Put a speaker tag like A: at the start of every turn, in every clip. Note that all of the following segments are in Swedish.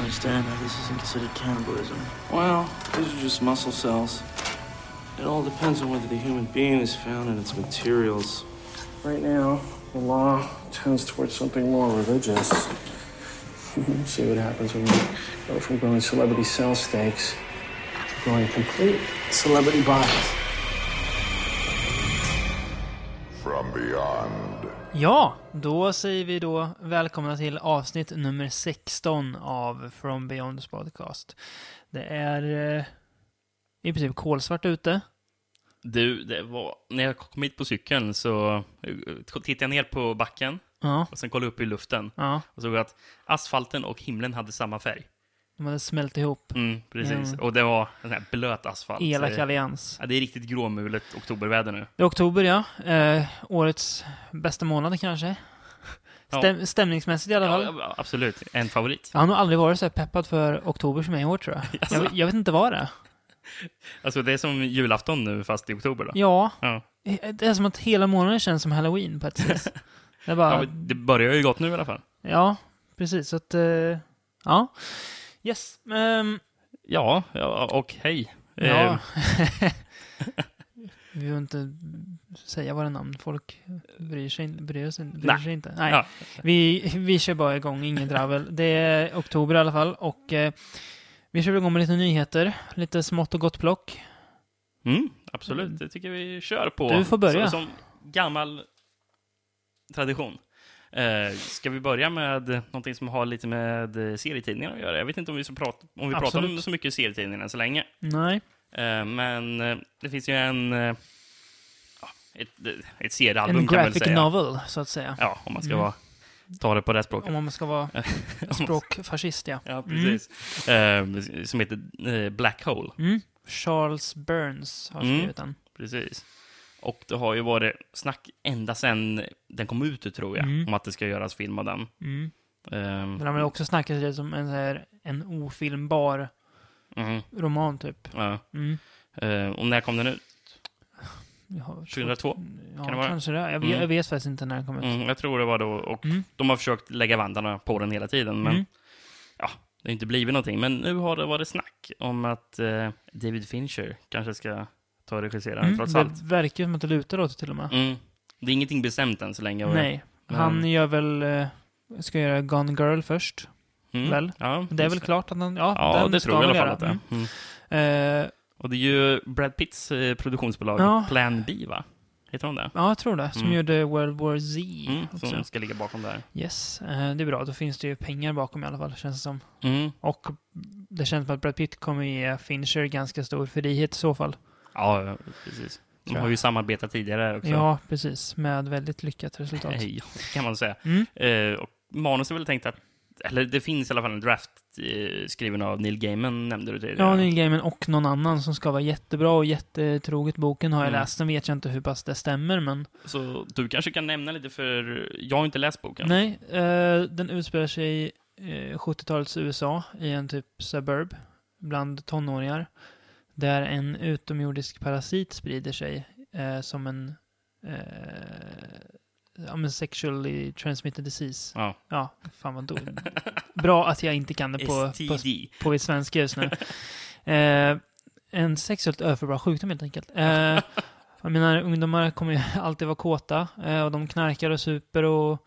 A: understand how this isn't considered cannibalism.
B: Well, these are just muscle cells. It all depends on whether the human being is found in its materials.
C: Right now, the law tends towards something more religious. See what happens when we go from growing celebrity cell steaks to growing complete celebrity bodies.
D: From beyond.
E: Ja, då säger vi då välkomna till avsnitt nummer 16 av From Beyonds podcast. Det är eh, i princip kolsvart ute.
F: Du, det var, när jag kom hit på cykeln så eh, tittade jag ner på backen
E: Ja,
F: och sen kollade jag upp i luften
E: ja,
F: och såg att asfalten och himlen hade samma färg.
E: de hade smält ihop.
F: Mm, precis.
E: Mm.
F: Och det var en sån här blöt asfalt.
E: Elak
F: Så det,
E: allians.
F: ja, det är riktigt gråmulet oktoberväder nu.
E: Det är oktober, ja. Eh, årets bästa månad kanske.
F: Ja.
E: Stäm- Stämningsmässigt i alla
F: Ja,
E: fall.
F: ja, absolut. En favorit.
E: Jag har nog aldrig varit så här peppad för oktober som jag är i år tror jag. Jag, jag vet inte vad det är.
F: Alltså det är som julafton nu fast i oktober då.
E: Ja, Eh,
F: Ja.
E: det är som att hela månaden känns som halloween på ett sätt. Det är
F: Ja,
E: bara,
F: men det börjar ju gott nu i alla fall.
E: Ja, precis. Så att, eh, ja. Yes. ehm,
F: Ja, ja och hej.
E: ja.
F: Eh,
E: Vi behöver inte säga våra namn. Folk bryr sig, in- bryr sig, bryr
F: Nej.
E: sig inte. Nej.
F: Ja.
E: Vi, vi kör bara igång, ingen dravel. Det är oktober i alla fall och eh, vi kör igång med lite nyheter. Lite smått och gott plock.
F: Mm, absolut, det tycker vi kör på.
E: Du får börja.
F: Så, som gammal tradition. Eh, ska vi börja med någonting som har lite med eh, serietidningar att göra? Jag vet inte om vi, så prat, om vi pratar om
E: Absolut.
F: så mycket serietidningar än så länge.
E: Nej.
F: Eh, men eh, det finns ju en... Eh, ja, ett, eh, ett seriealbum
E: En
F: kan man väl
E: graphic
F: säga.
E: novel, så att säga.
F: Ja, om man ska
E: Mm.
F: vara, ta det på det här språket.
E: Om man ska vara
F: Om man-
E: språkfascist, ja.
F: Ja, precis. Eh, som heter eh, Black Hole.
E: Mm. Charles Burns har
F: Mm.
E: skrivit den.
F: Precis. Och det har ju varit snack ända sedan den kom ut, tror jag,
E: Mm.
F: om att det ska göras film av den.
E: Mm.
F: Ehm,
E: Men han har också snackat lite som en, så här, en ofilmbar
F: mm,
E: roman typ.
F: ja.
E: Mm.
F: Ehm, och när kom den ut?
E: Jag har-
F: 2002?
E: Ja,
F: Kan det vara?
E: kanske det. Jag,
F: Mm.
E: vet jag vet faktiskt inte när den kom ut. Mm.
F: Mm, jag tror det var då. Och de har försökt lägga vantarna på den hela tiden, men
E: Mm.
F: ja, det har inte blivit någonting. Men nu har det varit snack om att eh, David Fincher kanske ska ta och regissera den,
E: Mm.
F: trots allt.
E: Det verkar ju som att det lutar åt det till och med.
F: Mm. Det är ingenting bestämt än så länge. Mm. och-
E: Nej.
F: Men-
E: Han gör väl... eh, Ska göra Gone Girl först.
F: Mm,
E: väl?
F: Ja,
E: Det är väl
F: just
E: klart att han... Ja,
F: Ja,
E: den
F: det
E: ska
F: tror jag i
E: han
F: alla fall
E: göra.
F: att det är. Mm.
E: Mm. Eh,
F: Och det är ju Brad Pitts eh, produktionsbolag,
E: Ja.
F: Plan B, va? Heter de det?
E: ja, jag tror det. Som
F: Mm.
E: gjorde World War Z
F: Mm,
E: också.
F: som ska ligga bakom där.
E: Yes. eh, det är bra. Då finns det ju pengar bakom i alla fall, känns det som.
F: Mm.
E: Och det känns som att Brad Pitt kommer ge Fincher ganska stor frihet i så fall.
F: Ja, ja, precis. De
E: Tror
F: har
E: jag.
F: ju samarbetat tidigare också.
E: Ja, precis. Med väldigt lyckat resultat.
F: Eh, ja, det kan man säga.
E: Mm.
F: Eh, och manus är väl tänkt att, eller det finns i alla fall en draft eh, skriven av Neil Gaiman, nämnde du tidigare.
E: Ja, Neil Gaiman och någon annan som ska vara jättebra och jättetroget boken har jag
F: Mm.
E: läst. Sen vet jag inte hur pass det stämmer, men...
F: Så du kanske kan nämna lite, för jag har inte läst boken.
E: Nej, eh, den utspelar sig i eh, 70-talets USA i en typ suburb bland tonåringar. Där en utomjordisk parasit sprider sig eh, som en eh, ja, men sexually transmitted disease.
F: Ja.
E: Ja, fan vad då. Bra att jag inte kan det på, på
F: STD.
E: på i svenska just nu. Eh, en sexuellt överförbar sjukdom helt enkelt. Eh, jag menar, ungdomar kommer ju alltid vara kåta eh, och de knarkar och super och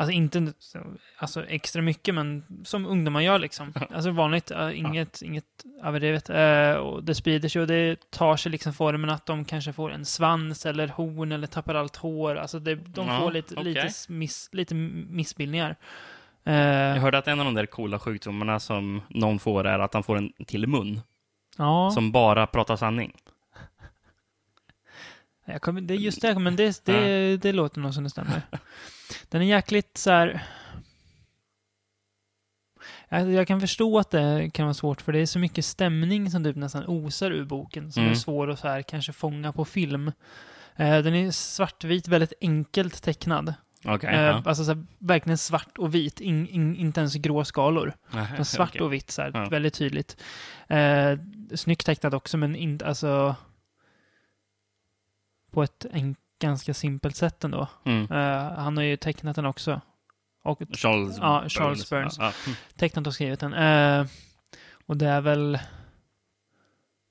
E: Alltså inte så- alltså extra mycket, men som ungdomar gör liksom. Alltså vanligt, eh, inget, inget överdrivet. Eh, och det sprider sig och det tar sig liksom formen att de kanske får en svans eller horn eller tappar allt hår. Alltså det, de
F: Ja,
E: får lite, lite,
F: okej.
E: miss, lite missbildningar. Eh,
F: Jag hörde att en av de där coola sjukdomarna som någon får är att han får en till mun,
E: ja.
F: som bara pratar sanning.
E: Jag kommer, det är just
F: Mm.
E: det, men det, det, det låter nog som det stämmer. Den är jäkligt så här... Jag, jag kan förstå att det kan vara svårt, för det är så mycket stämning som typ nästan osar ur boken, som
F: Mm.
E: är svår att så här, kanske fånga på film. Eh, den är svartvit, väldigt enkelt tecknad.
F: Okej.
E: Eh,
F: ja.
E: Alltså så här, verkligen svart och vit, in, in, inte ens grå skalor.
F: Nähä,
E: Men svart
F: okej.
E: och vitt, så här,
F: Ja.
E: väldigt tydligt. Eh, snyggt tecknat också, men inte, alltså... På ett en, ganska simpelt sätt ändå.
F: Mm.
E: Eh, han har ju tecknat den också. Och
F: Charles
E: Ja, Charles Burns.
F: Ja, ja.
E: tecknat och skrivit den. Eh, och det är väl...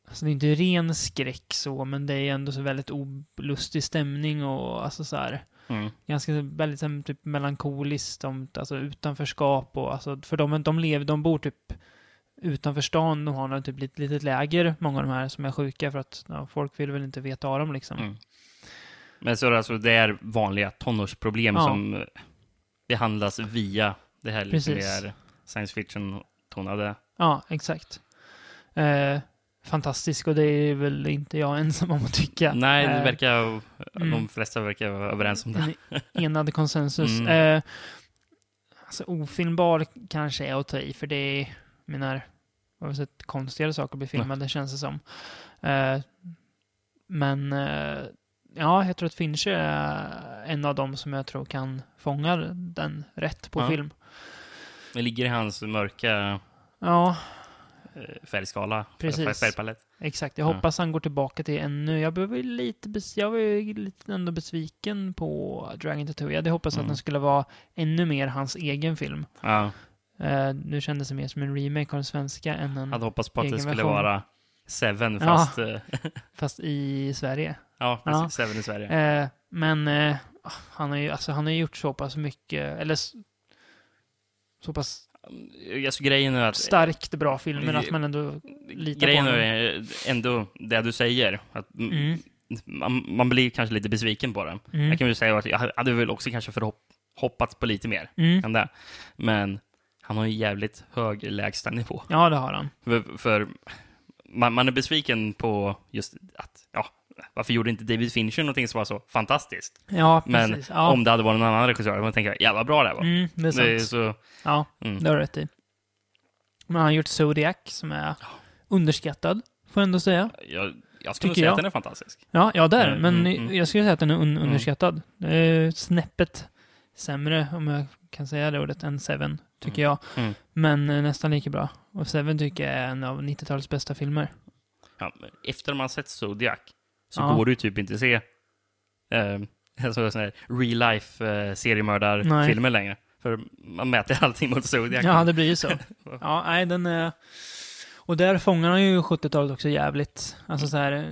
E: Alltså det är inte ren skräck så, men det är ändå så väldigt olustig stämning och alltså så här.
F: Mm.
E: Ganska så- väldigt så här, typ melankoliskt, om, alltså utanförskap och alltså, för de, de lever, de bor typ utanför stan, de har något typ litet, litet läger, många av de här som är sjuka för att ja, folk vill väl inte veta av dem liksom.
F: Mm. Men så är det alltså, det är vanliga tonårsproblem
E: Ja.
F: som behandlas via det här lite
E: Precis.
F: mer science fiction-tonade.
E: Ja, exakt. Eh, fantastisk och det är väl inte jag ensam om att tycka.
F: Nej, det
E: Eh,
F: verkar, de
E: mm.
F: flesta verkar vara överens om det.
E: En enad konsensus.
F: Mm.
E: Eh, alltså ofilmbar kanske är att ta i, för det är, jag menar, jag har väl sett konstigare saker bli filmade, känns det som. Eh, men, eh, ja, jag tror att Fincher är en av dem som jag tror kan fånga den rätt på
F: Ja.
E: film.
F: Det ligger i hans mörka
E: Ja,
F: eh, färgskala,
E: Precis.
F: färg- färgpalett.
E: Exakt, jag
F: Ja.
E: hoppas han går tillbaka till ännu. Jag blev ju lite, bes- jag var ju lite ändå besviken på Dragon Tattoo. Jag hade hoppats
F: Mm.
E: att den skulle vara ännu mer hans egen film.
F: Ja,
E: Eh, nu kändes det mer som en remake av den svenska än en,
F: hade hoppats på att det
E: Egen
F: skulle
E: version.
F: vara Seven,
E: Ja.
F: fast... eh,
E: fast i Sverige.
F: Ja,
E: Ja.
F: precis. Seven i Sverige.
E: Eh, men eh, han, har ju, alltså, han har ju gjort så pass mycket, eller s- så pass
F: Alltså, grejen är att
E: starkt bra filmer att man
F: Mm.
E: ändå... lita
F: Grejen
E: på
F: är ändå det du säger. Att m-
E: Mm,
F: man, man blir kanske lite besviken på den.
E: Mm.
F: Jag kan väl säga att jag hade väl också kanske förhopp, hoppats på lite mer
E: mm.
F: än det. Men han har ju jävligt hög lägsta nivå.
E: Ja, det har han.
F: För, för man, man är besviken på just att, ja, varför gjorde inte David Fincher någonting som var så fantastiskt?
E: Ja,
F: Men
E: precis. ja.
F: om det hade varit någon annan regissör, hade man tänkt jävla bra det här var.
E: mm, det är sant.
F: det är så,
E: Ja,
F: Mm.
E: det har du rätt i. Men han har gjort Zodiac som är underskattad, får jag ändå säga.
F: jag, jag skulle
E: Tycker
F: säga
E: jag.
F: att den är fantastisk.
E: Ja, ja där.
F: Mm,
E: men
F: mm, mm.
E: jag skulle säga att den är un- underskattad. Det är snäppet sämre, om jag kan säga det ordet, än Seven, tycker jag.
F: Mm.
E: Men eh, nästan lika bra. Och Seven tycker jag är en av 90-talets bästa filmer.
F: ja, efter man sett Zodiac så
E: Ja.
F: går det ju typ inte att se eh, alltså, sån här real life eh, seriemördarfilmer längre. För man mäter allting mot Zodiac.
E: Ja, det blir ju så. Ja, nej, den är... Och där fångar han ju 70-talet också jävligt. Alltså så här, eh,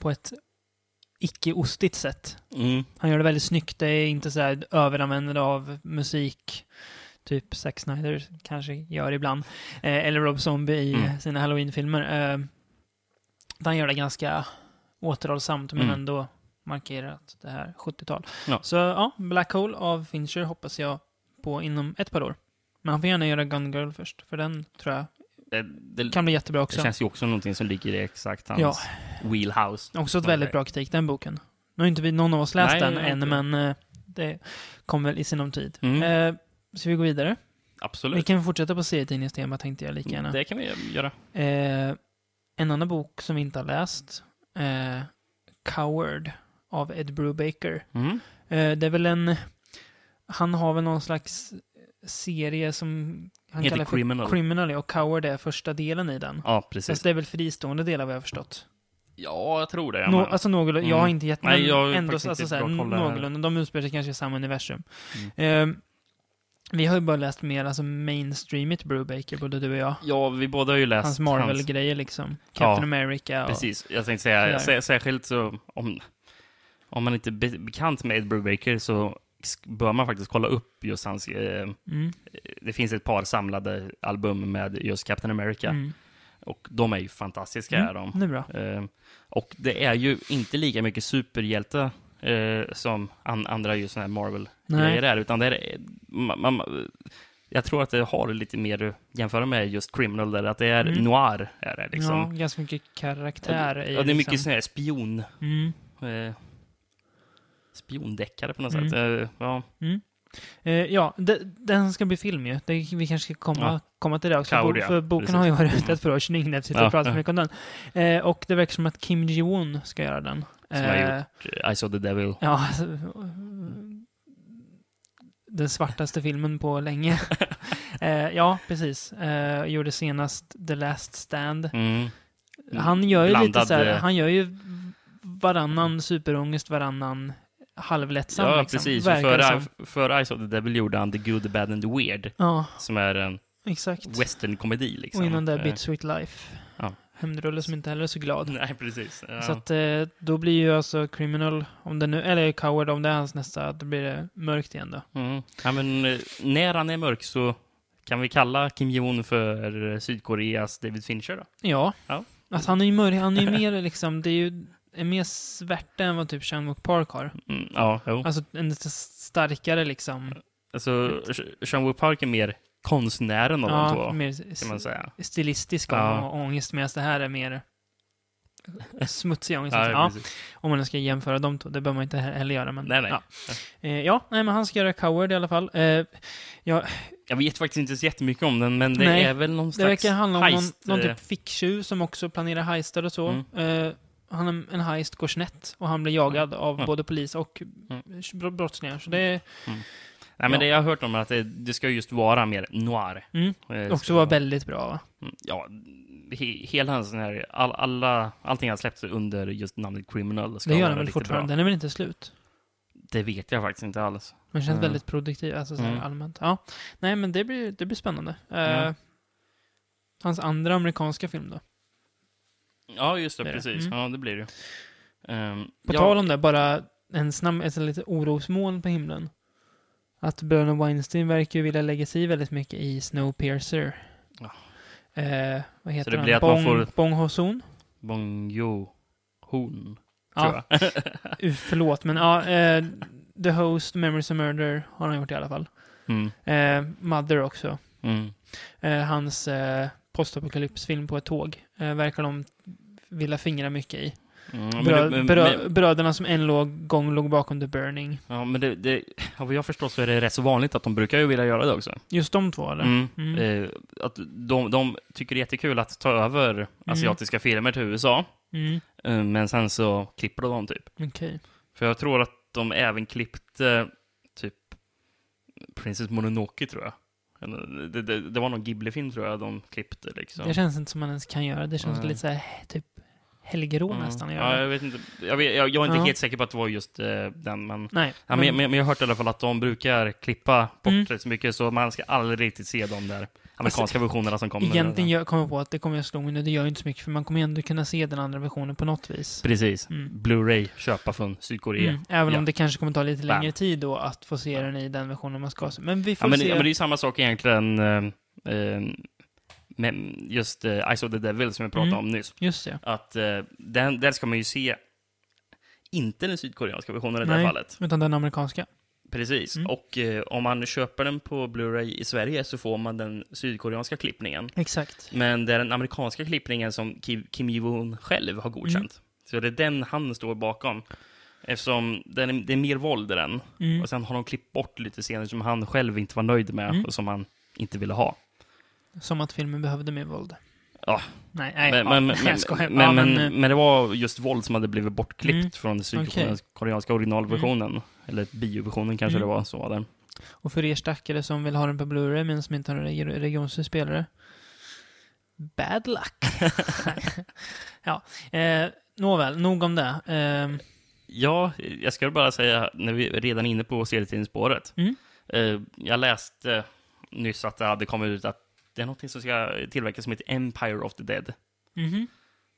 E: på ett icke-ostigt sätt.
F: Mm.
E: Han gör det väldigt snyggt. Det är inte så här överanvändande av musik. Typ Zack Snyder kanske gör ibland. Eh, eller Rob Zombie i
F: Mm.
E: sina Halloween-filmer. Eh, han gör det ganska återhållsamt men
F: Mm.
E: ändå markerat det här 70-tal.
F: Ja.
E: Så ja, Black Hole av Fincher hoppas jag på inom ett par år. Men han får gärna göra Gun Girl först, för den tror jag
F: Det, det,
E: kan bli jättebra
F: det
E: också.
F: känns ju också någonting som ligger i exakt hans
E: Ja.
F: wheelhouse.
E: Också ett
F: Okej.
E: väldigt bra kritik, den boken. Nu har inte vi, någon av oss läst
F: Nej,
E: den
F: jag har
E: än,
F: inte.
E: men eh, det kommer väl i sinom tid.
F: Mm.
E: Eh, ska vi gå vidare? Vi
F: Absolut.
E: kan fortsätta på serietidningstema tänkte jag lika gärna.
F: Det kan vi göra.
E: Eh, en annan bok som vi inte har läst, eh, Coward av Ed Brubaker.
F: Mm.
E: Eh, det är väl en... Han har väl någon slags serie som han
F: Heter
E: kallar för
F: Criminal.
E: Criminal ja, och Coward är första delen i den.
F: Ja,
E: Fast
F: precis.
E: det är väl fristående delar vad jag har förstått.
F: Ja, jag tror det.
E: Nå,
F: men-
E: alltså någorlunda,
F: Mm.
E: jag har inte gett men
F: Nej, jag har ju
E: ändå
F: faktiskt
E: alltså,
F: inte
E: såhär,
F: bra koll där. Mm.
E: någorlunda. De utspelar sig kanske i samma universum. Eh, vi har ju bara läst mer alltså mainstreamigt Brubaker, både du och jag.
F: ja, vi båda har ju läst
E: Hans
F: hans-
E: Marvel-grejer liksom. Captain
F: Ja,
E: America och...
F: Precis, jag tänkte säga,
E: Sådär.
F: sä- särskilt så om, om man inte är be- bekant med Ed Brubaker så sk- bör man faktiskt kolla upp just hans, eh,
E: Mm,
F: det finns ett par samlade album med just Captain America
E: mm.
F: och de är ju fantastiska är de.
E: Det är bra.
F: Eh, och det är ju inte lika mycket superhjälte eh, som an, andra just sådana här Marvel-grejer
E: Nej.
F: är, utan det är, man, man, jag tror att det har lite mer att jämföra med just Criminal, där att det är
E: Mm.
F: noir. Är det, liksom.
E: Ja, ganska mycket karaktär i
F: Ja, det är mycket
E: liksom.
F: sån här spion...
E: mm.
F: eh, spiondeckare på något
E: Mm.
F: sätt. Eh, ja,
E: eh, Ja, de, den ska bli film ju. Det, vi kanske ska komma,
F: Ja.
E: komma till det också.
F: Kaori,
E: Bo,
F: ja.
E: för boken
F: Precis.
E: har ju varit ute ett par år, så det är ingen att sitta och
F: Ja,
E: prata så
F: ja.
E: mycket om den. Eh, och det verkar som att Kim Ji-Won ska göra den. Ehm,
F: Som har gjort- I saw the devil.
E: ja, alltså, den svartaste filmen på länge. eh, ja, precis. Eh, gjorde senast The Last Stand.
F: Mm.
E: Han gör ju
F: Blandad,
E: lite så här,
F: eh,
E: han gör ju varannan superångest, varannan halvlättsam.
F: Ja,
E: liksom,
F: precis.
E: verkar det
F: Före
E: som.
F: för Eyes of the Devil gjorde han The Good, The Bad and The Weird,
E: Ja,
F: som är en
E: exakt.
F: westernkomedi. Liksom.
E: Och innan det
F: Eh,
E: Bit Sweet Life.
F: ja.
E: Hämndrulle som inte heller är så glad.
F: Nej, precis. Ja.
E: Så att eh, då blir ju alltså Criminal, om det nu, eller Coward om det är hans nästa, då blir det mörkt igen då.
F: Mm. Ja, men, eh, när han är mörk så kan vi kalla Kim Jong-Un för eh, Sydkoreas David Fincher då?
E: Ja.
F: Ja.
E: Alltså han är ju mörk, han är ju mer liksom, det är ju är mer svärta än vad typ Chang Wook Park har.
F: Mm, ja, jo.
E: Alltså en lite starkare liksom.
F: Alltså, Sean Park är mer konstnären av de
E: Ja,
F: två,
E: mer s-
F: kan man säga.
E: stilistisk
F: Ja.
E: ja. ångest medan det här är mer smutsig ångest. liksom.
F: Ja,
E: Ja,
F: precis.
E: om man nu ska jämföra de två, det behöver man inte he- heller göra. Men,
F: Nej, nej.
E: Ja. Eh, ja, nej, men han ska göra Coward i alla fall. Eh, ja,
F: Jag vet faktiskt inte så jättemycket om den, men det
E: Nej,
F: är väl någon
E: det
F: slags
E: verkar handla om någon,
F: heist,
E: någon
F: eh, Mm.
E: typ ficktjuv som också planerar heister och så. Eh, han, en heist går snett och han blir jagad av
F: Mm.
E: både polis och br- brottslingar. Så det är
F: Nej, men
E: Ja.
F: det jag har hört om är att det, det ska just vara mer noir.
E: Mm.
F: Eh,
E: också
F: ska
E: var
F: vara-
E: väldigt bra. va?
F: Mm, Ja, he, hela hans sån här, all, alla, allting han släppt under just namnet Criminal ska
E: Det gör
F: vara
E: den väl
F: riktigt
E: fortfarande.
F: Bra.
E: Den är väl inte slut?
F: Det vet jag faktiskt inte alls.
E: Men känns
F: Mm.
E: väldigt produktiv, alltså så här
F: Mm.
E: allmänt. Ja. Nej, men det blir, det blir spännande. Eh,
F: Ja.
E: Hans andra amerikanska film då.
F: Ja, just det,
E: Det är det.
F: precis. Ja, det blir det. Um,
E: På
F: ja,
E: tal om det, bara en snabb, ett lite orosmoln på himlen. Att Bruno Weinstein verkar ju vilja lägga sig i väldigt mycket i Snowpiercer.
F: Ja.
E: Eh, vad heter
F: det
E: han?
F: blir att man
E: Bong,
F: får-
E: Bong Ho-Soon?
F: Bong Joon-Hoon, tror
E: Ja,
F: jag.
E: uh, förlåt, men ja. eh, The Host, Memories of Murder har han gjort i alla fall.
F: Mm,
E: Eh, Mother också.
F: mm.
E: eh, hans eh, postapokalypsfilm på ett tåg. Eh, verkar de vilja fingra mycket i.
F: Mm, men
E: Brö-
F: det- men-
E: brö-
F: men-
E: bröderna som en låg, gång låg bakom The Burning.
F: Ja, men det, det, av vad jag förstår så är det rätt så vanligt att de brukar ju vilja göra det också.
E: Just de två eller?
F: Mm.
E: Mm.
F: Eh, att de, de tycker det är jättekul att ta över asiatiska filmer till USA,
E: Mm,
F: eh, men sen så klipper de dem typ.
E: Okej.
F: För jag tror att de även klippte typ Princess Mononoke, tror jag. Eller, Det, det, det var någon Ghibli-film, tror jag, de klippte liksom.
E: Det känns inte som man ens kan göra. Det känns
F: Nej.
E: lite så här, typ helgerå
F: Mm.
E: nästan att göra.
F: Ja, jag, vet inte. Jag, vet, jag, jag är inte
E: Ja.
F: helt säker på att det var just eh, den, men...
E: Nej.
F: Ja, men, men, men jag har hört i alla fall att de brukar klippa bort
E: Mm. Alltså,
F: rätt så mycket, så man ska aldrig riktigt se de där amerikanska versionerna som kommer.
E: egentligen jag kommer jag på att det kommer jag slå mig nu. Det gör ju inte så mycket för man kommer ju ändå kunna se den andra versionen på något vis.
F: Precis.
E: Mm.
F: Blu-ray, köpa från Sydkorea.
E: Mm. Även
F: Ja.
E: om det kanske kommer ta lite
F: Bam.
E: längre tid då att få se den i den versionen man ska se. Men vi får
F: Ja, men,
E: se.
F: ja, men det är ju samma sak egentligen eh, eh, med just eh, Eyes of the Devil som jag pratade
E: Mm.
F: om nyss.
E: Just det.
F: Att eh, den, där ska man ju se inte den sydkoreanska versionen i det här
E: Nej.
F: fallet.
E: Utan den amerikanska.
F: Precis.
E: Mm.
F: Och eh, om man köper den på Blu-ray i Sverige så får man den sydkoreanska klippningen.
E: Exakt.
F: Men det är den amerikanska klippningen som Ki- Kim Jong-Un själv har godkänt.
E: Mm.
F: Så det är den han står bakom. Eftersom den är, det är mer våld i den.
E: Mm.
F: Och sen har de klippt bort lite scener som han själv inte var nöjd med
E: Mm.
F: och som han inte ville ha.
E: Som att filmen behövde mer våld.
F: Ja.
E: Nej, nej.
F: men,
E: ja,
F: men, men,
E: jag skojar.
F: men,
E: ja,
F: men,
E: men, eh,
F: men, det var just våld som hade blivit bortklippt
E: Mm.
F: från den sydkoreanska originalversionen. Eller bioversionen kanske
E: Mm.
F: det var. Så var den.
E: och för er stackare som vill ha den på Blu-ray men som inte har en reg- regionsfri spelare. Bad luck. ja. Eh, nåväl, nog om det. Eh,
F: Ja, jag ska bara säga, när vi är redan inne på serietidningsspåret.
E: Mm.
F: Eh, jag läste nyss att det hade kommit ut att det är någonting som ska tillverkas som heter Empire of the Dead.
E: mhm.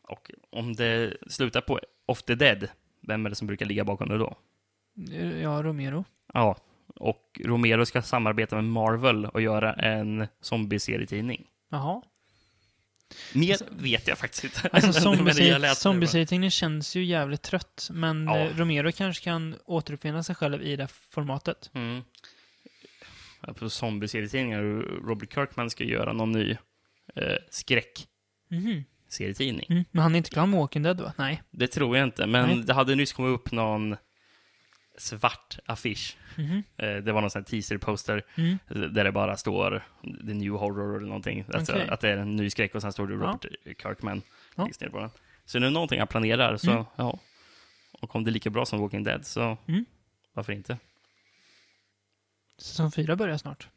F: Och om det slutar på of the dead, vem är det som brukar ligga bakom det då?
E: Ja, Romero.
F: Ja, och Romero ska samarbeta med Marvel och göra en zombie-serietidning.
E: Jaha.
F: Mer vet jag faktiskt inte.
E: Alltså
F: Men det
E: zombie-
F: jag läste det bara.
E: zombieserietidningen känns ju jävligt trött. Men
F: Ja.
E: eh, Romero kanske kan återuppfinna sig själv i det här formatet.
F: Mm. På zombie-serietidningar, Robert Kirkman ska göra någon ny eh, skräck-serietidning.
E: Mhm. Mm. Men han är inte klar med Walking Dead va? Nej.
F: Det tror jag inte, men
E: Nej.
F: det hade nyss kommit upp någon svart affisch.
E: Mhm.
F: Eh, Det var någon sån här teaser-poster
E: Mm.
F: där det bara står the new horror eller någonting. Alltså,
E: Okej.
F: Att det är en ny skräck och sen står det Robert Kirkman
E: Ja.
F: längst ner på den. Så nu är det någonting jag planerar, så
E: Mm.
F: ja. Och om det är lika bra som Walking Dead, så
E: Mm.
F: varför inte?
E: Säsong fyra börjar snart.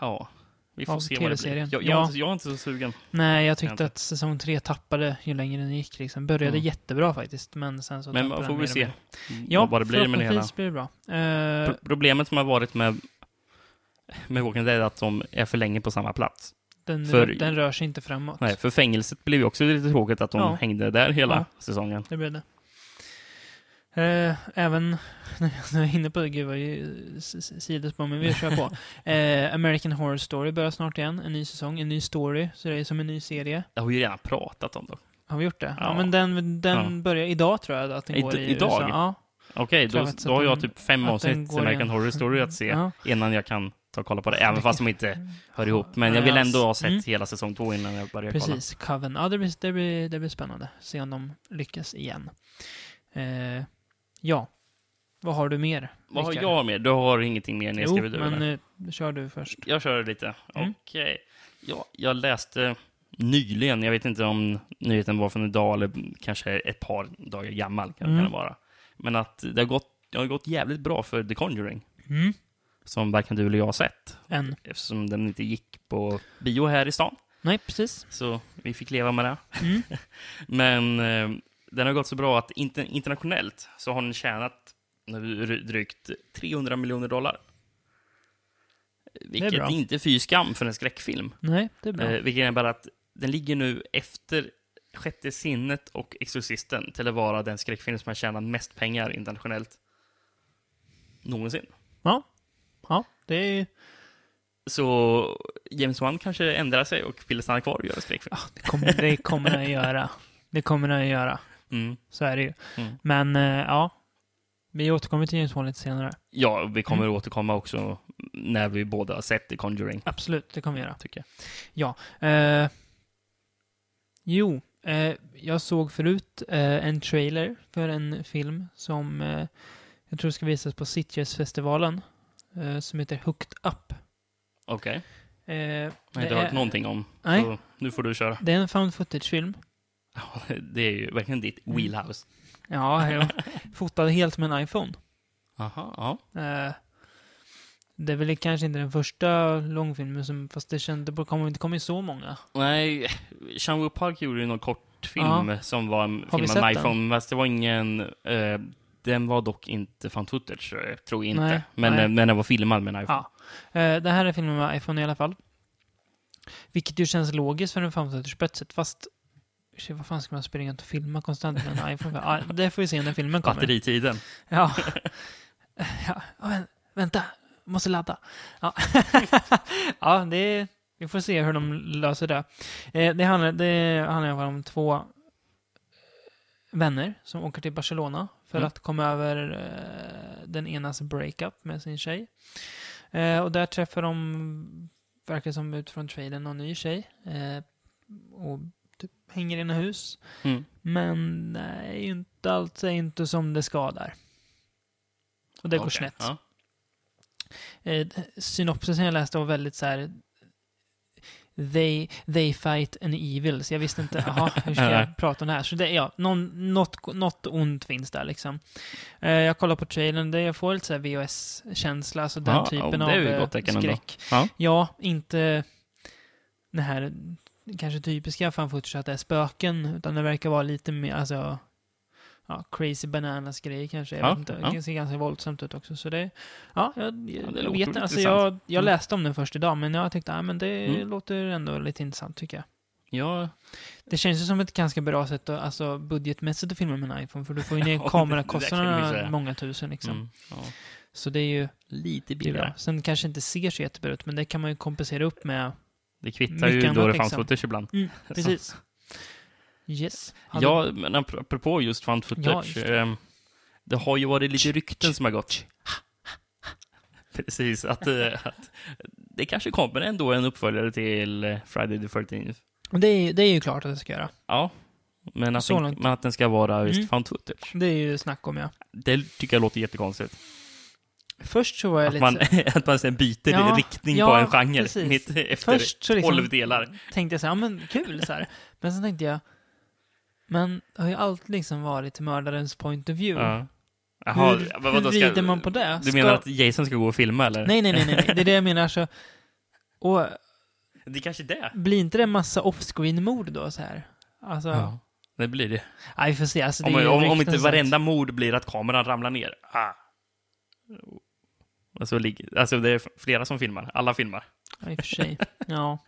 F: Ja, Vi får
E: av
F: se vad det blir.
E: TV-serien.
F: Jag, jag,
E: Ja.
F: är inte- jag är inte så sugen.
E: Nej, jag tyckte
F: Egentligen.
E: att säsong tre tappade ju längre den gick. Liksom. Började
F: Mm.
E: jättebra faktiskt, men sen så
F: Men
E: tappade
F: man
E: den
F: får
E: mer
F: väl
E: och
F: se Mm,
E: mer. Ja,
F: vad det blir med det hela.
E: förhoppningsvis blir det bra. Eh,
F: Pro- Problemet som har varit med, med Walking Dead är att de är för länge på samma plats.
E: den,
F: för-
E: den rör sig inte framåt.
F: Nej, för fängelset blev ju också lite tråkigt att de
E: Ja.
F: hängde där hela
E: Ja.
F: säsongen.
E: Det blev det. Eh, även, nu är jag inne på det, gud vad ju- s- s- sidospår, men vi kör på. Eh, American Horror Story börjar snart igen, en ny säsong, en ny story, så det är som en ny serie.
F: Det har vi ju redan pratat om då.
E: Har vi gjort det? Ja,
F: Ja.
E: men den, den
F: Ja.
E: börjar idag tror jag att den
F: I-
E: går i
F: idag?
E: USA. Ja,
F: Okej,
E: Tror jag
F: då,
E: faktiskt
F: då har
E: att
F: jag
E: den-
F: typ fem
E: att den
F: avsnitt
E: går
F: American
E: igen.
F: Horror Story att se
E: Mm.
F: Eh,
E: Ja.
F: innan jag kan ta och kolla på det. Även
E: Det-
F: fast de inte hör ihop. Men jag vill ändå ha sett
E: Mm.
F: hela säsong två innan jag börjar kolla.
E: Precis, Coven. Ja, det blir, det, blir, det blir spännande. Se om de lyckas igen. Eh, ja, vad har du mer?
F: Vad har
E: Rickard?
F: jag mer? Du har ingenting mer
E: Jo,
F: nedskrivet? eller?
E: men eh, kör du först.
F: Jag kör lite.
E: Mm.
F: Okej. Ja, jag läste nyligen, jag vet inte om nyheten var från idag eller kanske ett par dagar gammal kan,
E: Mm.
F: kan det vara. Men att det har, gått, det har gått jävligt bra för The Conjuring,
E: Mm.
F: som varken du eller jag har sett.
E: En.
F: Eftersom den inte gick på bio här i stan,
E: Nej, precis.
F: så vi fick leva med det.
E: Mm.
F: Men eh, den har gått så bra att inte, internationellt så har den tjänat nu drygt 300 miljoner dollar. Vilket
E: bra.
F: inte är fy skam för en skräckfilm.
E: Nej, det är bra.
F: Eh, vilket innebär att den ligger nu efter Sjätte sinnet och Exorcisten till att vara den skräckfilm som har tjänat mest pengar internationellt någonsin.
E: Ja. Ja, det är
F: Så James Wan kanske ändrar sig och vill stanna kvar och göra skräckfilm.
E: ah, det, kommer, det kommer den att göra. Det kommer den att göra.
F: Mm.
E: Så är det ju.
F: Mm.
E: Men eh, ja, vi återkommer till James Bond lite senare.
F: Ja, vi kommer
E: Mm.
F: återkomma också när vi båda har sett The Conjuring,
E: Absolut, det kommer vi göra.
F: tycker jag.
E: Eh, jo, eh, jag såg förut eh, en trailer för en film som eh, jag tror ska visas på Sitges-festivalen. Eh, som heter Hooked Up.
F: Okej.
E: Eh, det,
F: Nej, det har jag hört någonting om.
E: Nej.
F: Så nu får du köra.
E: det är en found footage-film.
F: Det är ju verkligen ditt
E: Mm.
F: wheelhouse.
E: Ja, jag fotade Eh, helt med en iPhone.
F: Aha, ja.
E: Eh, det är väl kanske inte den första långfilmen som, fast det kändes, det kommer inte komma så många.
F: Nej, Chan Park gjorde ju någon kortfilm som var en-
E: Har vi
F: filmad med
E: sett den?
F: iPhone, men det var ingen... Eh, den var dock inte fan footage, eh, tror jag inte.
E: Nej,
F: men,
E: nej.
F: eh, men den var filmad med en iPhone.
E: Ja. Eh, det här är filmen med iPhone i alla fall. Vilket ju känns logiskt för en framtidsspetset, fast Shit, vad fan ska man springa runt och filma konstant med en iPhone? Ja, det får vi se när filmen kommer.
F: Batteritiden.
E: Ja. ja. vä- Vänta, jag måste ladda. Ja, ja det vi får se hur de löser det. Eh, det handlar, det handlar bara om två vänner som åker till Barcelona för
F: Mm.
E: att komma över eh, den enas breakup med sin tjej. Eh, och där träffar de, verkar som utifrån trailern, någon ny tjej. Eh, och typ hänger i något hus.
F: Mm.
E: Men nej, inte allt är inte som det ska där. Och det går
F: Okej,
E: snett.
F: Ja.
E: Eh, synopsisen jag läste var väldigt så här... They, they fight an evil. Så jag visste inte, jaha, hur ska
F: Nej.
E: jag prata om det här? Så det, ja, någon, något, något ont finns där liksom. Eh, jag kollar på trailern, där jag får lite så här VHS-känsla, alltså den
F: Ja,
E: typen
F: det
E: av
F: är ju ett
E: eh,
F: gott tecken ändå.
E: skräck.
F: Ja.
E: Ja, inte det här kanske typiska fan footage att det är spöken, utan det verkar vara lite mer, alltså, ja, crazy bananas grejer kanske. Jag
F: Ja,
E: vet inte,
F: ja.
E: det ser ganska våldsamt ut också. Så det, ja, jag, jag,
F: det
E: jag
F: låter
E: vet inte. Alltså,
F: intressant.
E: jag, jag
F: Mm.
E: läste om den först idag, men jag tyckte, ja, men det
F: Mm.
E: låter ändå lite intressant tycker jag.
F: ja.
E: Det känns ju som ett ganska bra sätt att, alltså budgetmässigt att filma med en iPhone, för du får ju
F: Ja,
E: ner
F: det- det kan vi
E: kamerakostnaderna
F: säga.
E: många tusen liksom.
F: Mm, ja.
E: Så det är ju det
F: Lite
E: är bra.
F: billigare.
E: Sen kanske inte ser så jättebra ut, men det kan man ju kompensera upp med
F: Det kvittar
E: Mycket
F: ju då
E: annat
F: det fanns
E: liksom.
F: footage ibland.
E: Mm, precis. Yes. Hade-
F: Ja, men ap- apropå just found footage.
E: Ja, just det.
F: ehm, det har ju varit lite rykten som har gått. Precis, att, eh, att det kanske kommer ändå en uppföljare till eh, Friday the 13th.
E: Det är, det är ju klart att det ska göra.
F: Ja, men att,
E: Så
F: den,
E: långt.
F: men att den ska vara just
E: Mm.
F: found footage.
E: Det är ju snack om, ja.
F: Det tycker jag låter jättekonstigt.
E: Först så var jag
F: Att
E: lite...
F: man, att man sen byter
E: Ja,
F: riktning på
E: ja,
F: en genre
E: precis.
F: mitt efter
E: först så liksom
F: 12 delar.
E: tänkte jag så här, ja men kul så här. Men sen tänkte jag, men det har ju alltid liksom varit mördarens point of view.
F: Ja. Jaha,
E: Hur,
F: men
E: hur
F: vadå, ska-
E: vrider man på det?
F: Du
E: Ska-
F: menar att Jason ska gå och filma eller?
E: Nej, nej, nej, nej, nej. det är det jag menar. Så, och
F: Det är kanske det.
E: Blir inte det en massa off-screen-mord då så här? Alltså, ja.
F: Det blir det.
E: vi får se. Alltså, det
F: Om,
E: är ju
F: om, om
E: rykten
F: inte
E: som sagt.
F: varenda mord blir att kameran ramlar ner. Ah. Alltså, ligger- alltså det är flera som filmar. Alla filmar.
E: Ja, i och för sig. Ja.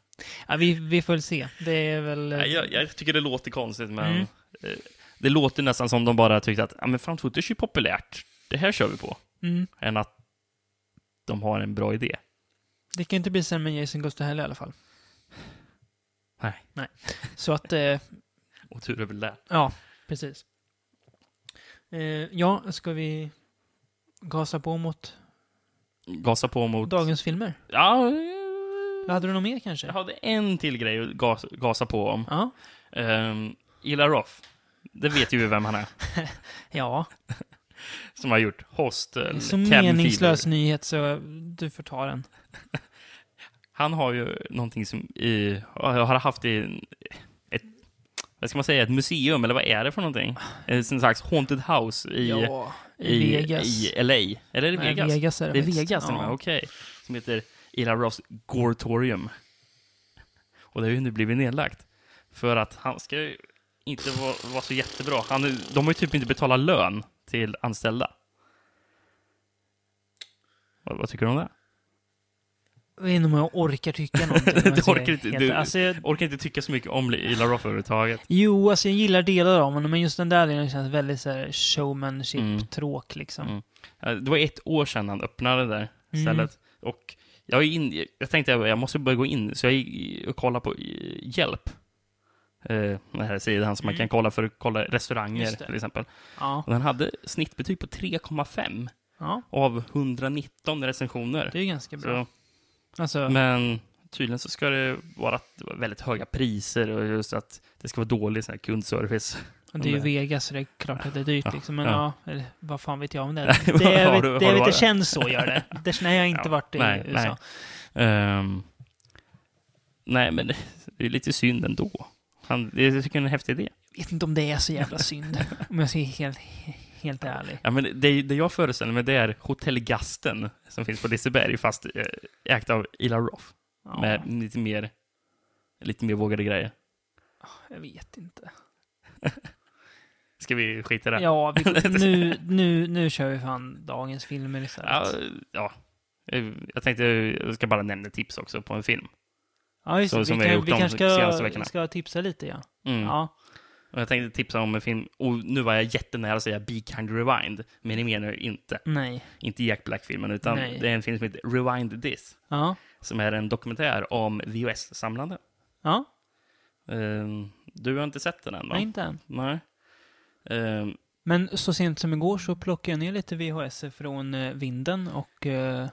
E: ja vi, vi får väl se. Det är väl...
F: Nej, Jag, jag tycker det låter konstigt, men
E: Eh. Mm.
F: eh, det låter nästan som de bara tyckte att ah, men fan, Footage är populärt. Det här kör vi på.
E: Mm.
F: Än att de har en bra idé.
E: Det kan ju inte bli sämre än Jason Goes to Hell i alla fall.
F: Nej.
E: Så att, eh,
F: Och tur är väl det.
E: ja, precis. Eh, ja, ska vi gasa på mot
F: Gasa på mot...
E: dagens filmer?
F: Ja, eh,
E: Hade du något mer kanske?
F: jag hade en till grej att gas, gasa på om.
E: Ja.
F: Um, Ila Roth. Det vet ju vi vem han är.
E: ja.
F: Som har gjort Hostel,
E: Så
F: Ken
E: meningslös
F: Fever.
E: nyhet så du får ta den.
F: Han har ju någonting som i, jag har haft i ett, vad ska man säga, ett museum, eller vad är det för någonting? En sån slags haunted house i,
E: ja, i,
F: i,
E: Vegas.
F: i LA. Eller är det
E: Nej,
F: Vegas?
E: Vegas är det
F: det är
E: faktiskt.
F: Vegas till och med,
E: Ja.
F: okej. Som heter Ila Roths Gortorium. Och det har ju nu blivit nedlagt. För att han ska ju inte vara, vara så jättebra. Han, är- de har ju typ inte betalat lön till anställda. Vad, vad tycker du om det?
E: Jag vet inte om jag orkar tycka någonting. om jag
F: Du
E: ska
F: orkar inte,
E: heta-
F: du-
E: Alltså, jag,
F: Orkar inte tycka så mycket om Ila Roth överhuvudtaget.
E: jo, alltså jag gillar delar av honom, men just den där delen känns väldigt så här showmanship,
F: Mm.
E: tråk liksom. Mm.
F: Mm. Eh, Det var ett år sedan han öppnade det där stället. Och jag, är in, jag tänkte att jag måste börja gå in, så jag gick och kollade på eh, Hjälp. Eh, Den här sidan som man
E: Mm.
F: kan kolla för att kolla restauranger
E: Just det.
F: till exempel.
E: Ja.
F: Och den hade snittbetyg på 3,5
E: ja,
F: av 119 recensioner.
E: det är ju ganska bra.
F: Så,
E: alltså,
F: men tydligen så ska det vara att det var väldigt höga priser och just att det ska vara dålig sån här kundservice.
E: det är ju
F: men-
E: Vegas så det är klart att det är dyrt
F: Ja,
E: liksom. Men
F: ja.
E: ja, eller, vad fan vet jag om det? Det, det,
F: Har
E: är-
F: du- har
E: det,
F: du
E: det, det
F: varit?
E: känns så gör det. det liksom. nej, jag har inte
F: Ja,
E: varit i
F: nej,
E: USA.
F: nej. Ehm, nej, men det det är lite synd ändå. Han, det, jag tycker det är en häftig idé.
E: vet inte om det är så jävla synd. om jag ska vara helt, helt ärlig.
F: Ja, men det, det jag föreställer mig det är hotellgasten som finns på Liseberg, fast eh, ägt av Ila Roth.
E: Ja,
F: Med lite mer, lite mer vågade grejer.
E: Jag vet inte.
F: Ska vi skita i det?
E: Ja, vi, nu, nu, nu kör vi fan dagens filmer istället.
F: Ja, ja. Eh, Jag tänkte, jag ska bara nämna tips också på en film.
E: Ja, just
F: Så
E: det.
F: som
E: vi,
F: vi har
E: kan,
F: gjort
E: vi
F: de senaste
E: kanske ska,
F: veckorna.
E: ska tipsa lite, ja.
F: Mm.
E: ja.
F: Och jag tänkte tipsa om en film, och nu var jag jättenära att säga Be Kind Rewind, men det menar jag inte.
E: Nej.
F: Inte Jack Black-filmen, utan
E: Nej.
F: det är en film som heter Rewind This,
E: Ja.
F: som är en dokumentär om VHS-samlande.
E: Ja,
F: Eh, Du har inte sett den än, va?
E: nej inte än.
F: Nej. Eh,
E: Men så sent som igår så plockade jag ner lite VHS från eh, vinden och uh,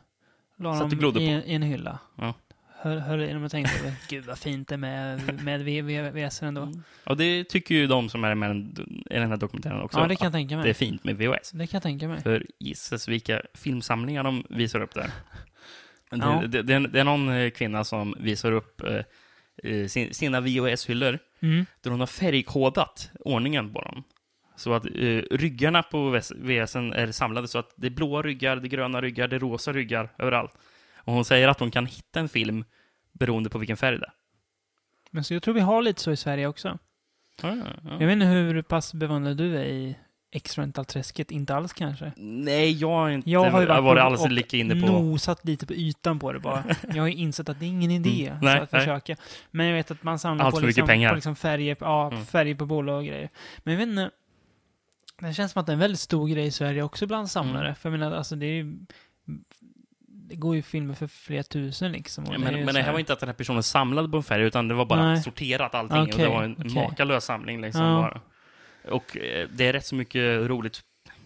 E: la
F: Satte
E: dem
F: glodor
E: i,
F: på.
E: i en hylla.
F: Ja.
E: Höll, höll i dem och tänkte, gud vad fint det är med, med V- V- VHS ändå.
F: Ja, det tycker ju de som är med den- i den här dokumentären också.
E: ja, det kan jag tänka
F: att det
E: mig.
F: är fint med VHS.
E: Det kan jag tänka mig.
F: För gissas vilka filmsamlingar de visar upp där. Det,
E: Ja.
F: det, det, är- det är någon eh, kvinna som visar upp eh, eh, sin, sina VHS-hyllor
E: Mm.
F: där hon har färgkodat ordningen på dem. Så att eh, ryggarna på VHS VHSen är samlade så att det är blåa ryggar, det är gröna ryggar, det är rosa ryggar överallt. Och hon säger att hon kan hitta en film beroende på vilken färg det är.
E: Men så jag tror vi har lite så i Sverige också.
F: Ja, ja.
E: Jag vet inte hur pass bevandrad du är i X-Rental-träsket. Inte alls kanske.
F: Nej, jag har inte
E: Jag har ju varit,
F: varit
E: och-
F: alls
E: och
F: lika inne på...
E: nosat lite på ytan på det bara. Jag har ju insett att det är ingen idé
F: Mm. Nej,
E: så att
F: nej.
E: försöka. Men jag vet att man samlar
F: Allt
E: på,
F: för mycket
E: liksom,
F: pengar.
E: på liksom färger, ja,
F: Mm.
E: färger på bolag och grejer. Men jag vet inte. Det känns som att det är en väldigt stor grej i Sverige också bland samlare.
F: Mm.
E: För jag menar, alltså det är ju... Det går ju filmer för flera tusen liksom. och
F: Ja,
E: är ju
F: men, men
E: så
F: det här var inte att den här personen samlade på en färg, utan det var bara
E: Nej.
F: sorterat allting. och
E: Okej,
F: det var en
E: okej.
F: makalös samling. Liksom,
E: Ja.
F: bara. Och eh, det är rätt så mycket roligt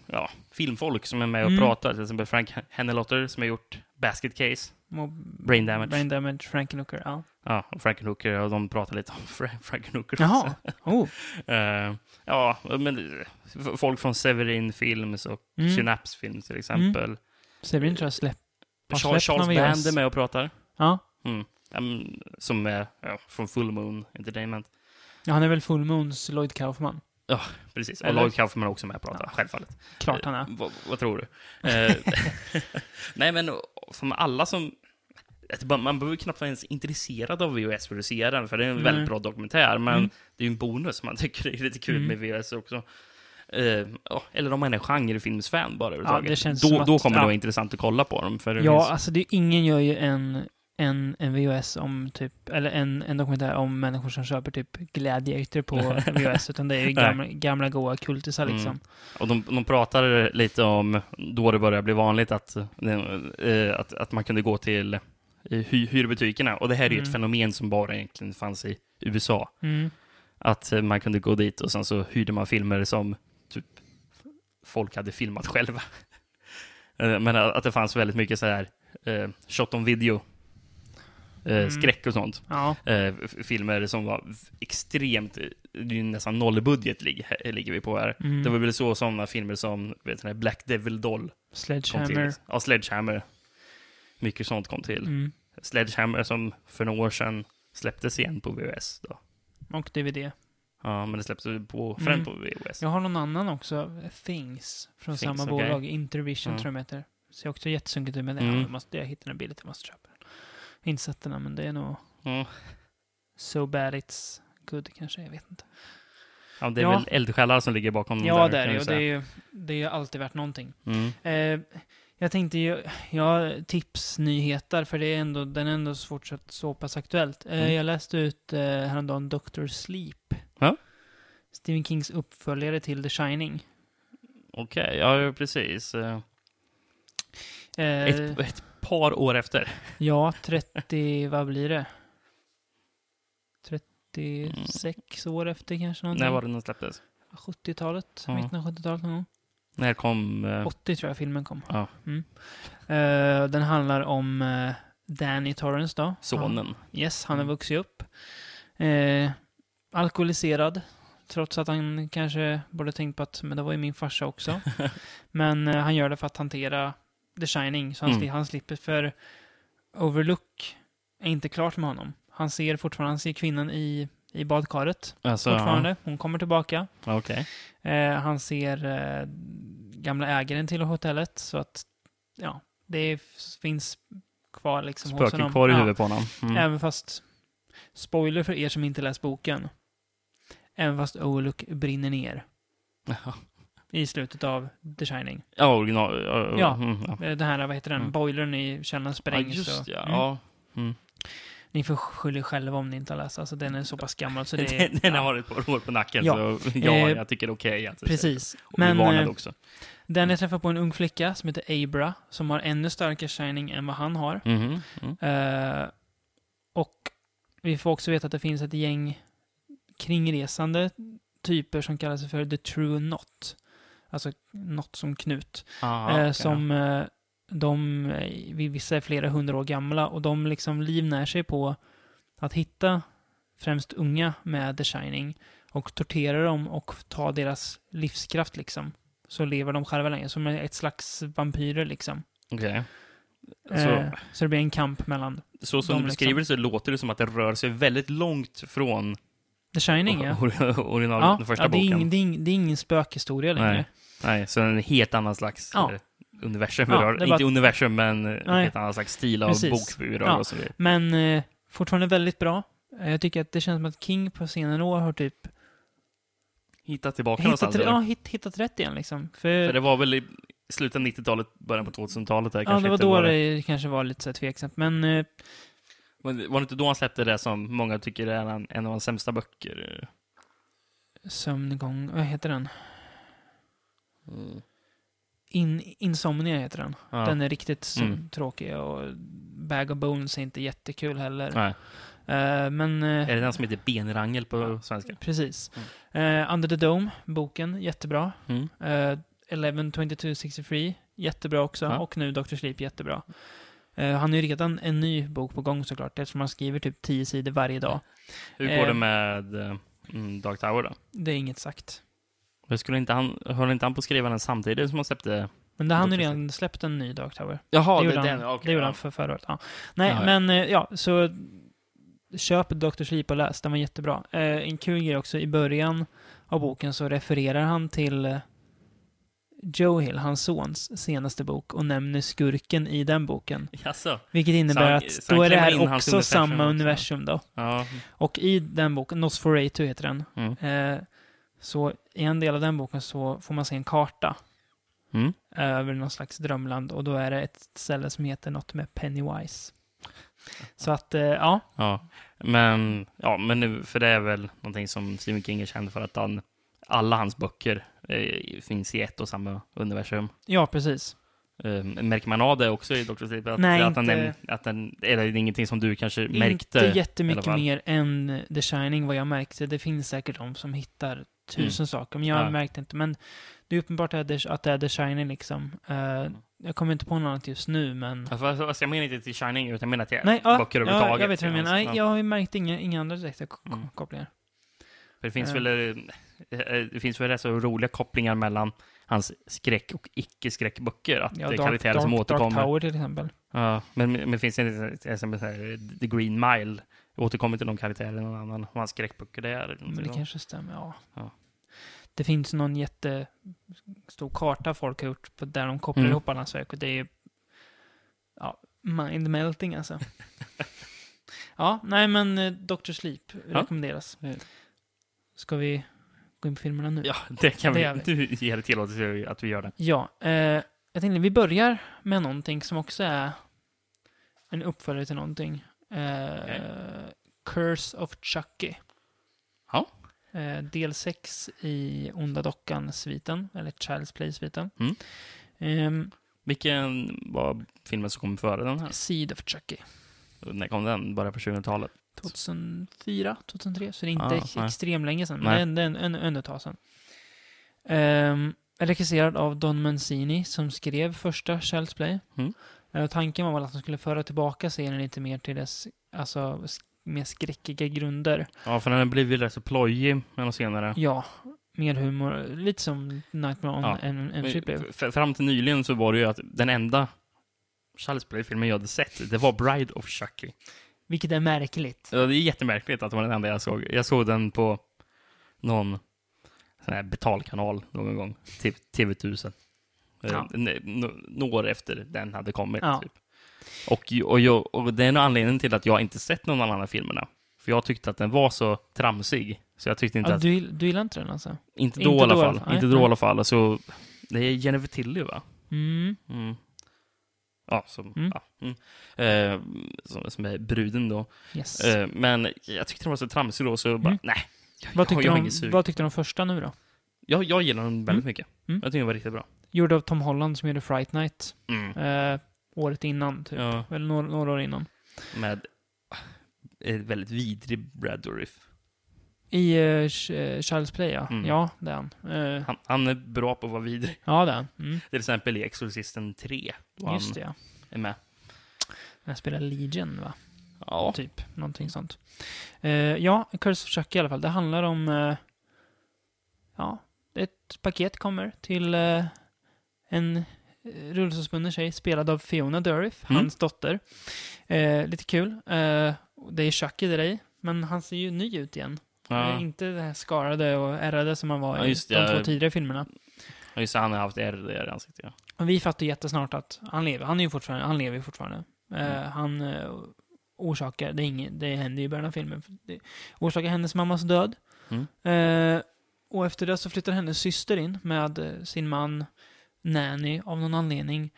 F: ja, filmfolk som är med och
E: Mm.
F: pratar. Till exempel Frank Hennelotter som har gjort Basket Case.
E: Och-
F: Brain Damage.
E: Brain Damage, Frankenhooker, ja.
F: Ja, och Frankenhooker, och de pratar lite om Fra- Frankenhooker
E: Jaha. Oh.
F: också. Eh, ja, men eh, f- folk från Severin Films och
E: Mm.
F: Synapse Films till exempel.
E: Severin tror jag släpp. har
F: Charles,
E: släppt
F: Charles
E: någon
F: Band
E: VHS.
F: är med och pratar.
E: Ja.
F: Mm. Ja, men, som är ja, från Full Moon Entertainment.
E: ja, han är väl Full Moons Lloyd Kaufman.
F: Precis, och
E: Eller?
F: Lloyd Kaufman är också med och pratar,
E: Ja.
F: självfallet.
E: Klart han är.
F: Eh, vad, vad tror du? Eh, Nej, men och- som alla som... att bara- man behöver knappt vara ens intresserad av VHS för att se den, för det är en
E: Nej.
F: väldigt bra dokumentär, men
E: Mm.
F: det är ju en bonus. Man tycker det är lite kul
E: Mm.
F: med VHS också. Eh, ja, eller om man är genrefilmsfan bara överhuvudtaget.
E: det känns
F: då,
E: som att-
F: då kommer det
E: ja.
F: vara intressant att kolla på dem. För det
E: Ja,
F: finns,
E: alltså det, ingen gör ju en, en, en VHS om typ, eller en, en dokumentär om människor som köper typ Gladiator på VHS, utan det är ju gamla, gamla goa kultisar
F: Mm.
E: liksom.
F: och de, de pratar lite om då det började bli vanligt att, eh, att, att man kunde gå till eh, hy, hyrbutikerna. Och det här är ju ett
E: Mm.
F: fenomen som bara egentligen fanns i USA.
E: Mm.
F: Att eh, man kunde gå dit och sen så hyrde man filmer som typ folk hade filmat själva. Eh, Men att att det fanns väldigt mycket så här eh, shot on video, eh,
E: Mm.
F: skräck och sånt.
E: Ja.
F: Eh, f- filmer som var v- extremt, eh, det är ju nästan nollbudget lig, här- ligger vi på här.
E: Mm.
F: Det var väl så sådana filmer som vet du, den här Black Devil Doll kom
E: Sledgehammer.
F: till. Ja, Sledgehammer. Mycket sånt kom till.
E: Mm.
F: Sledgehammer som för några år sedan släpptes igen på VHS då.
E: Och DVD.
F: Ja, men det släpptes ju på,
E: Mm.
F: främst på VHS.
E: Jag har någon annan också, Things, från
F: Things,
E: samma
F: okej.
E: bolag, Intervision
F: Ja.
E: tror jag de heter. Ser också jättesunkigt ut, men det.
F: Mm.
E: Jag, måste, jag hittade den billigt, jag måste köpa den. Jag har Inte sett den, än, men det är nog
F: Ja.
E: So bad it's good kanske, jag vet inte.
F: Ja, det är
E: Ja.
F: väl eldsjälar som ligger bakom dem
E: Ja,
F: Mm, där,
E: det är
F: kan
E: det
F: vi
E: och det är
F: säga.
E: ju det är ju alltid värt någonting.
F: Mm.
E: Eh, jag tänkte ju, ja, tipsnyheter, för det är ändå, den är ändå så fortsatt så pass aktuellt. Eh,
F: Mm.
E: Jag läste ut eh, häromdagen Dr. Sleep.
F: Ja.
E: Stephen Kings uppföljare till The Shining.
F: Okej, ja, ja, precis. Eh,
E: Eh,
F: Ett, ett par år efter.
E: Ja, 30, vad blir det? 36 år efter kanske någonting.
F: Mm. När var det den släpptes?
E: 70-talet,
F: Ja.
E: mitten av 70-talet någon gång.
F: När kom... eh,
E: 80 tror jag filmen kom.
F: Ja.
E: Mm. Eh, den handlar om eh, Danny Torrance då.
F: sonen.
E: Han, yes, han har
F: Mm.
E: vuxit upp. Eh, alkoholiserad. Trots att han kanske borde tänkt på att men det var ju min farsa också. men eh, han gör det för att hantera The Shining. Så han,
F: Mm.
E: sli- han slipper för Overlook är inte klart med honom. Han ser fortfarande han ser kvinnan i, i badkaret.
F: Alltså,
E: Fortfarande. Hon kommer tillbaka.
F: ja, Okej.
E: Eh, han ser eh, gamla ägaren till hotellet, så att ja, det f- finns kvar liksom hos
F: Spöken
E: honom.
F: kvar i
E: Ja,
F: huvudet på honom. Mm.
E: Även fast, spoiler för er som inte läst boken, även fast Overlook brinner ner
F: Jaha.
E: i slutet av The Shining.
F: Ja, original... ja,
E: Ja.
F: Mm, ja.
E: Eh, Det här, vad heter den,
F: Mm.
E: boilern i källaren
F: ja,
E: sprängs.
F: just
E: och-
F: ja.
E: Mm.
F: ja. Mm.
E: Ni får skylla er själva om ni inte har läst, alltså den är så pass gammal så det är...
F: Den, den
E: ja,
F: har ett par år på nacken,
E: Ja.
F: så ja,
E: Eh,
F: jag tycker det är okej. att-
E: Precis.
F: Och vi
E: Men...
F: varnade
E: eh,
F: också.
E: Danny träffar på en ung flicka som heter Abra, som har ännu starkare shining än vad han har.
F: Mhm, Mm.
E: Eh, och vi får också veta att det finns ett gäng kringresande typer som kallar sig för The True Knot. Alltså något som knut.
F: Ah,
E: Eh,
F: okej,
E: som eh, de, eh, vi- vissa är flera hundra år gamla och de liksom livnär sig på att hitta främst unga med The Shining och tortera dem och ta deras livskraft liksom. Så lever de själva länge, som ett slags vampyrer liksom.
F: ja. Okej.
E: Så,
F: Så-
E: eh, så det blir en kamp mellan
F: Så
E: de
F: som
E: liksom-
F: du beskriver det så låter det som att det rör sig väldigt långt från
E: The Shining, ja.
F: or- original,
E: Ja,
F: den första
E: ja, det, är
F: boken.
E: ingen, det, är ingen, det är ingen spökhistoria längre.
F: Nej. Nej, så en helt annan slags
E: Ja.
F: eh, universum.
E: Ja,
F: vi rör-
E: det är
F: Inte
E: bara-
F: universum, men eh, en
E: Nej.
F: helt annan slags stil av
E: Precis.
F: bok vi rör
E: Ja.
F: oss vid.
E: Men eh, fortfarande väldigt bra. Eh, Jag tycker att det känns som att King på senare år har typ
F: Hitta tillbaka
E: hittat,
F: någonstans.
E: rä-
F: eller?
E: ja, hitt, hittat rätt igen liksom. För,
F: För det var väl i slutet av 90-talet, början på 2000-talet. Där,
E: ja,
F: kanske
E: det var
F: inte
E: då det kanske var lite så här tveksamt. Men eh,
F: Men var det inte då han släppte det som många tycker är en, en av hans sämsta böcker? eh?
E: Sömngång, vad heter den? In, Insomnia heter den.
F: Ja.
E: Den är riktigt så-
F: Mm.
E: tråkig och Bag of Bones är inte jättekul heller.
F: Nej.
E: Eh, men... eh,
F: Är det den som heter Benrangel på svenska?
E: Precis. Eh, Under the Dome, boken, jättebra.
F: Mm.
E: Uh, 11.22.63, jättebra också.
F: Ja.
E: Och nu Dr. Sleep, jättebra. Eh, han har ju redan en ny bok på gång såklart, eftersom han skriver typ 10 sidor varje dag.
F: Hur går
E: Eh.
F: det med eh, mm, Dark Tower då?
E: Det är inget sagt.
F: Men Skulle inte han, höll inte han på att skriva den samtidigt som han släppte?
E: Men det, han har
F: Dr.
E: ju redan släppt en ny Dark Tower.
F: Jaha,
E: det gjorde han,
F: okej,
E: det gjorde
F: ja.
E: han för förra året. Ja. Nej,
F: Ja, ja.
E: men eh, ja, så köp Dr. Sleep och läs. Den var jättebra. Eh, en kul grej också, i början av boken så refererar han till eh, Joe Hill, hans sons, senaste bok och nämner skurken i den boken.
F: Jaså?
E: Vilket innebär
F: han-
E: att
F: så
E: då
F: han
E: är det
F: klämmer in
E: här
F: hans
E: också
F: universum
E: samma
F: också.
E: universum då.
F: Ja.
E: Och i den boken, Nosferatu heter den,
F: Mm.
E: eh, så i en del av den boken så får man se en karta
F: Mm.
E: över någon slags drömland och då är det ett ställe som heter något med Pennywise. Så att, eh, ja,
F: ja. Men, ja, men nu, för det är väl någonting som Stephen King är känd för att han, alla hans böcker eh, finns i ett och samma universum.
E: ja precis.
F: Eh, märker man av det också i Dr. Sleep? Att,
E: Nej,
F: att han
E: inte-
F: nämn- att den, eller det är ingenting som du kanske märkte?
E: Inte
F: i
E: jättemycket
F: alla fall.
E: mer än The Shining vad jag märkte. Det finns säkert de som hittar tusen saker, men jag
F: Mm. Ja.
E: märkte inte. Men det är uppenbart att det att det är The Shining liksom. Eh, jag kommer inte på något annat just nu, men...
F: Alltså, alltså, jag menar inte till Shining, utan jag menar till
E: Nej, ja,
F: böcker
E: ja,
F: överhuvudtaget. liksom.
E: jag vet vad du menar. Nej,
F: Ja.
E: jag har ju märkt inga, inga andra direkta k-
F: Mm.
E: kopplingar.
F: För det finns
E: Eh.
F: väl eh, eh, det finns väl rätt så roliga kopplingar mellan hans skräck och icke-skräckböcker. Att
E: Ja,
F: det är
E: Dark,
F: karaktärer som
E: Dark, Dark
F: återkommer.
E: Tower till exempel.
F: ja, men, men finns det inte till exempel så här, The Green Mile? Återkommer till de karaktärerna i någon annan av hans skräckböcker där? Eller
E: Men
F: någonting
E: det
F: sånt.
E: kanske stämmer, ja.
F: Ja.
E: Det finns någon jättestor karta folk har gjort på- där de kopplar
F: Mm.
E: ihop alla hans verk och det är ju ja, mind-melting alltså. ja, nej men eh, Dr. Sleep
F: Ja.
E: rekommenderas.
F: Mm.
E: Ska vi gå in på filmerna nu?
F: Ja, det kan
E: Det
F: vi.
E: gör
F: Du ger det tillåtelse att vi gör det.
E: Ja, eh, jag tänkte vi börjar med någonting som också är en uppföljare till någonting. Eh,
F: Okej.
E: Curse of Chucky.
F: Ja.
E: Eh, del 6 i Onda Dockan-sviten, eller Child's Play-sviten.
F: Mm.
E: Ehm,
F: Vilken var filmen som kom före den här?
E: Seed of Chucky.
F: När kom den? Bara på 2000-talet?
E: 2004, 2003, så det är
F: Ah,
E: inte ex-
F: nej.
E: extremt länge sedan.
F: Nej.
E: Men det är en- en- en- ändå ett tag sedan. Ehm, regisserad av Don Mancini som skrev första Child's Play.
F: Mm.
E: Eh, tanken var väl att de skulle föra tillbaka serien lite mer till dess alltså, sk- mer skräckiga grunder.
F: Ja, för den har blivit rätt så plojig med de senare.
E: Ja, mer humor. Lite som Nightmare on
F: Ja.
E: Elm Elm
F: Men
E: Street blev.
F: f- f- Fram till nyligen så var det ju att den enda Charles Play-filmen jag hade sett, det var Bride of Chucky.
E: Vilket är märkligt.
F: Ja, Det är jättemärkligt att det var den enda jag såg. Jag såg den på någon sån här betalkanal någon gång, typ TV1000.
E: Ja.
F: Ja. Eh, Några år efter den hade kommit.
E: Ja.
F: Typ. Och, och, jag, och det är nog anledningen till att jag inte sett någon annan av filmerna. För jag tyckte att den var så tramsig. Så jag tyckte inte
E: Ja,
F: att...
E: du, gill- du gillar inte den alltså?
F: Inte då
E: inte
F: i alla
E: då i
F: fall.
E: alla fall.
F: Inte
E: Nej,
F: då i
E: nej.
F: alla fall. Så, det är Jennifer Tilly, va?
E: Mm.
F: Mm. Ja, som,
E: Mm.
F: ja, mm. Eh, som, som är bruden då.
E: Yes.
F: Eh, men jag tyckte den var så tramsig då, så jag bara,
E: Mm.
F: nej. Jag,
E: vad,
F: jag,
E: tyckte
F: jag,
E: du
F: har
E: om,
F: inget sug.
E: vad tyckte du om första nu då?
F: jag, jag gillar den väldigt mycket.
E: Mm.
F: Jag tycker den var riktigt bra.
E: Gjord av Tom Holland som gjorde Fright Night.
F: Mm.
E: eh, året innan, typ.
F: Ja,
E: Eller några, några år innan.
F: med eh, väldigt vidrig Brad Dourif.
E: I eh, Ch- eh, Child's Play, ja.
F: Mm.
E: Ja, det är han. Eh,
F: Han, han är bra på att vara vidrig.
E: ja, det är han. Mm.
F: Till exempel i Exorcisten 3. då han
E: Just det, ja.
F: Är med.
E: Han spelar Legion, va?
F: Ja.
E: Typ, någonting sånt. Eh, ja, Curse of Chucky i alla fall. Det handlar om... Eh, ja, ett paket kommer till eh, en eh, rullstolsbunden tjej spelad av Fiona Durif,
F: Mm.
E: hans dotter. Eh, lite kul. Eh, det är Chucky där i, men han ser ju ny ut igen.
F: Ja.
E: Eh, Inte det här skarade och ärrade som man var
F: Ja,
E: i
F: just det.
E: de två tidigare filmerna.
F: Ja, Just det, han har haft ärr i ansiktet. Ja.
E: Och vi fattar ju jättesnart att han lever. Han, är ju fortfarande, han lever ju fortfarande. Eh,
F: Mm.
E: han eh, orsakar, det, är inget, det händer ju i början av filmen, För det, orsakar hennes mammas död.
F: Mm.
E: Eh, och efter det så flyttar hennes syster in med eh, sin man, Nanny, av någon anledning.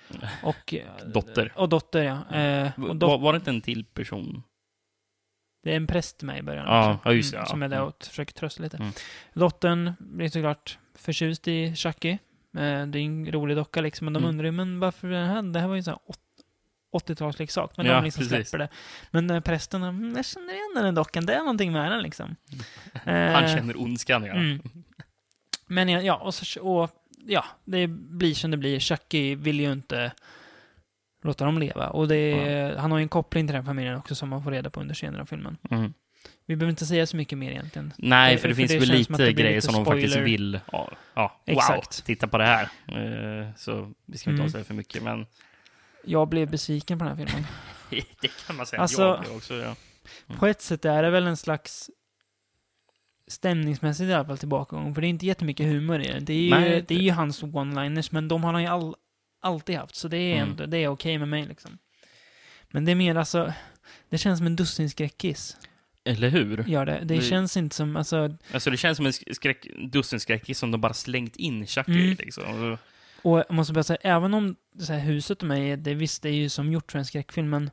E: Och, eh,
F: Dotter. Mm.
E: Och dotter, ja. Eh, och
F: var,
E: dot-
F: var det inte en till person?
E: det är en präst med i början
F: Ja,
E: också,
F: ja, just det,
E: mm,
F: ja.
E: Som är där
F: Mm.
E: och försöker trösta lite.
F: Mm.
E: Dottern blir såklart förtjust i Chucky. Eh, det är en rolig docka liksom, men de
F: Mm.
E: undrar ju, men varför är det här? Det här var ju en sån här åt- 80-talsleksak, men
F: Ja,
E: de liksom
F: precis.
E: släpper det. Men eh, prästen, "Mm, jag känner igen den här dockan, det är någonting med den liksom.
F: Han
E: Eh,
F: känner ondskan, ja.
E: Mm. Men ja, ja, och, så, och ja, det blir som det blir. Chucky vill ju inte låta dem leva. Och det, är- han har ju en koppling till den här familjen också som man får reda på under senare av filmen.
F: Mm.
E: Vi behöver inte säga så mycket mer egentligen. För-
F: Nej, Eh, för,
E: för
F: det finns
E: det
F: väl
E: känns som att det
F: lite
E: blir
F: grejer
E: lite
F: som de faktiskt
E: spoiler.
F: vill. Ja, ja. Wow,
E: Exakt.
F: titta på det här. Eh, Så vi ska inte
E: Mm.
F: avslöja för mycket, men
E: Jag blev besviken på den här filmen.
F: det kan man säga.
E: Alltså-
F: Mm. jag blev också. Ja.
E: På ett sätt är det väl en slags stämningsmässigt i alla fall tillbakagång. För det är inte jättemycket humor i det. Det är ju,
F: Nej,
E: det är ju hans one-liners, men de har han ju all, alltid haft. Så det är,
F: Mm.
E: ändå, det är okej med mig liksom. Men det är mer alltså, det känns som en dussinskräckis.
F: Eller hur?
E: Gör det. Det
F: Det-
E: känns inte som, alltså,
F: Alltså det känns som en skräck, dussinskräckis som de bara slängt in Chuck i
E: Mm.
F: liksom.
E: och jag måste bara säga, även om så här, huset och mig, det visst det är ju som gjort för en skräckfilm, men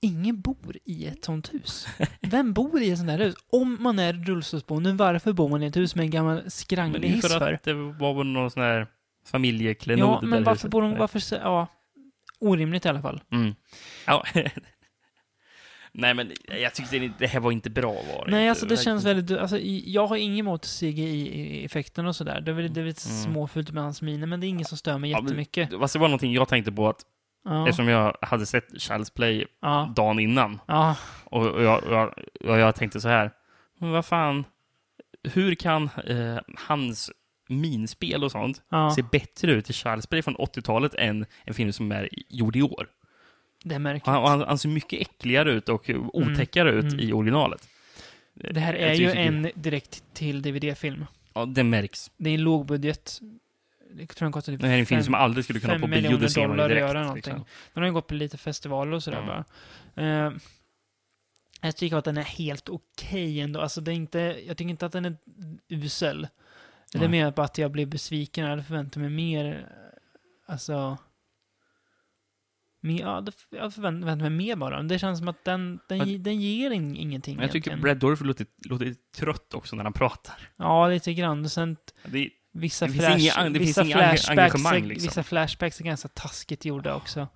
E: ingen bor i ett sånt hus. Vem bor i ett sånt här hus? Om man är rullstolsboende, varför bor man i ett hus med en gammal
F: Men
E: skranglig
F: det är ju
E: hiss
F: för
E: för?
F: att det var väl någon sån här familjeklenod
E: Ja,
F: i det
E: men
F: där
E: varför
F: huset.
E: bor de, varför, så- ja. Orimligt i alla fall.
F: Mm. Ja. Nej, men jag tyckte det- det här var inte bra var det
E: Nej,
F: inte.
E: alltså det
F: Verkligen.
E: känns väldigt, alltså, i- jag har inget emot CGI-effekten och sådär. Det är väl det är lite
F: Mm.
E: småfult med hans miner, men det är inget som stör mig
F: Ja, men-
E: jättemycket.
F: Fast alltså, det var någonting jag tänkte på att
E: Ja,
F: eftersom jag hade sett Child's Play
E: ja,
F: dagen innan
E: ja,
F: och och jag, och jag, och jag tänkte så här, men vad fan, hur kan eh, hans minspel och sånt
E: ja.
F: se bättre ut i Child's Play från 80-talet än en film som är gjord i år?
E: det är
F: Och
E: märkligt.
F: Han, och han, han ser mycket äckligare ut och otäckare ut
E: mm.
F: i originalet.
E: Det här
F: Jag
E: är ju
F: tycker typ. det-
E: en direkt till DVD-film.
F: Ja, det märks.
E: Det är en lågbudget. Det tror jag kostar typ
F: Det här är en film
E: fem-
F: som aldrig skulle kunna
E: fem
F: på bio,
E: miljoner
F: det ser man ju
E: dollar att
F: direkt.
E: göra någonting.
F: liksom.
E: Den har ju gått på lite festivaler och sådär
F: Mm.
E: bara. Eh, jag tycker att den är helt okej ändå. Alltså det är inte, jag tycker inte att den är usel. Det
F: Nej.
E: är mer bara att jag blev besviken. Jag hade förväntat mig mer, eh, alltså... Mer, ja, det- jag förväntade mig mer bara. Det känns som att den, den,
F: Jag-
E: ge- den ger in, ingenting
F: Men jag tycker
E: egentligen.
F: Brad Dourif låter, låter trött också när han pratar.
E: Ja, lite grann. Och sen
F: Det,
E: Vissa,
F: Det finns
E: flash,
F: inga- det finns
E: vissa,
F: inga enga-
E: flashbacks är,
F: engagemang, liksom.
E: vissa flashbacks är ganska taskigt gjorda också.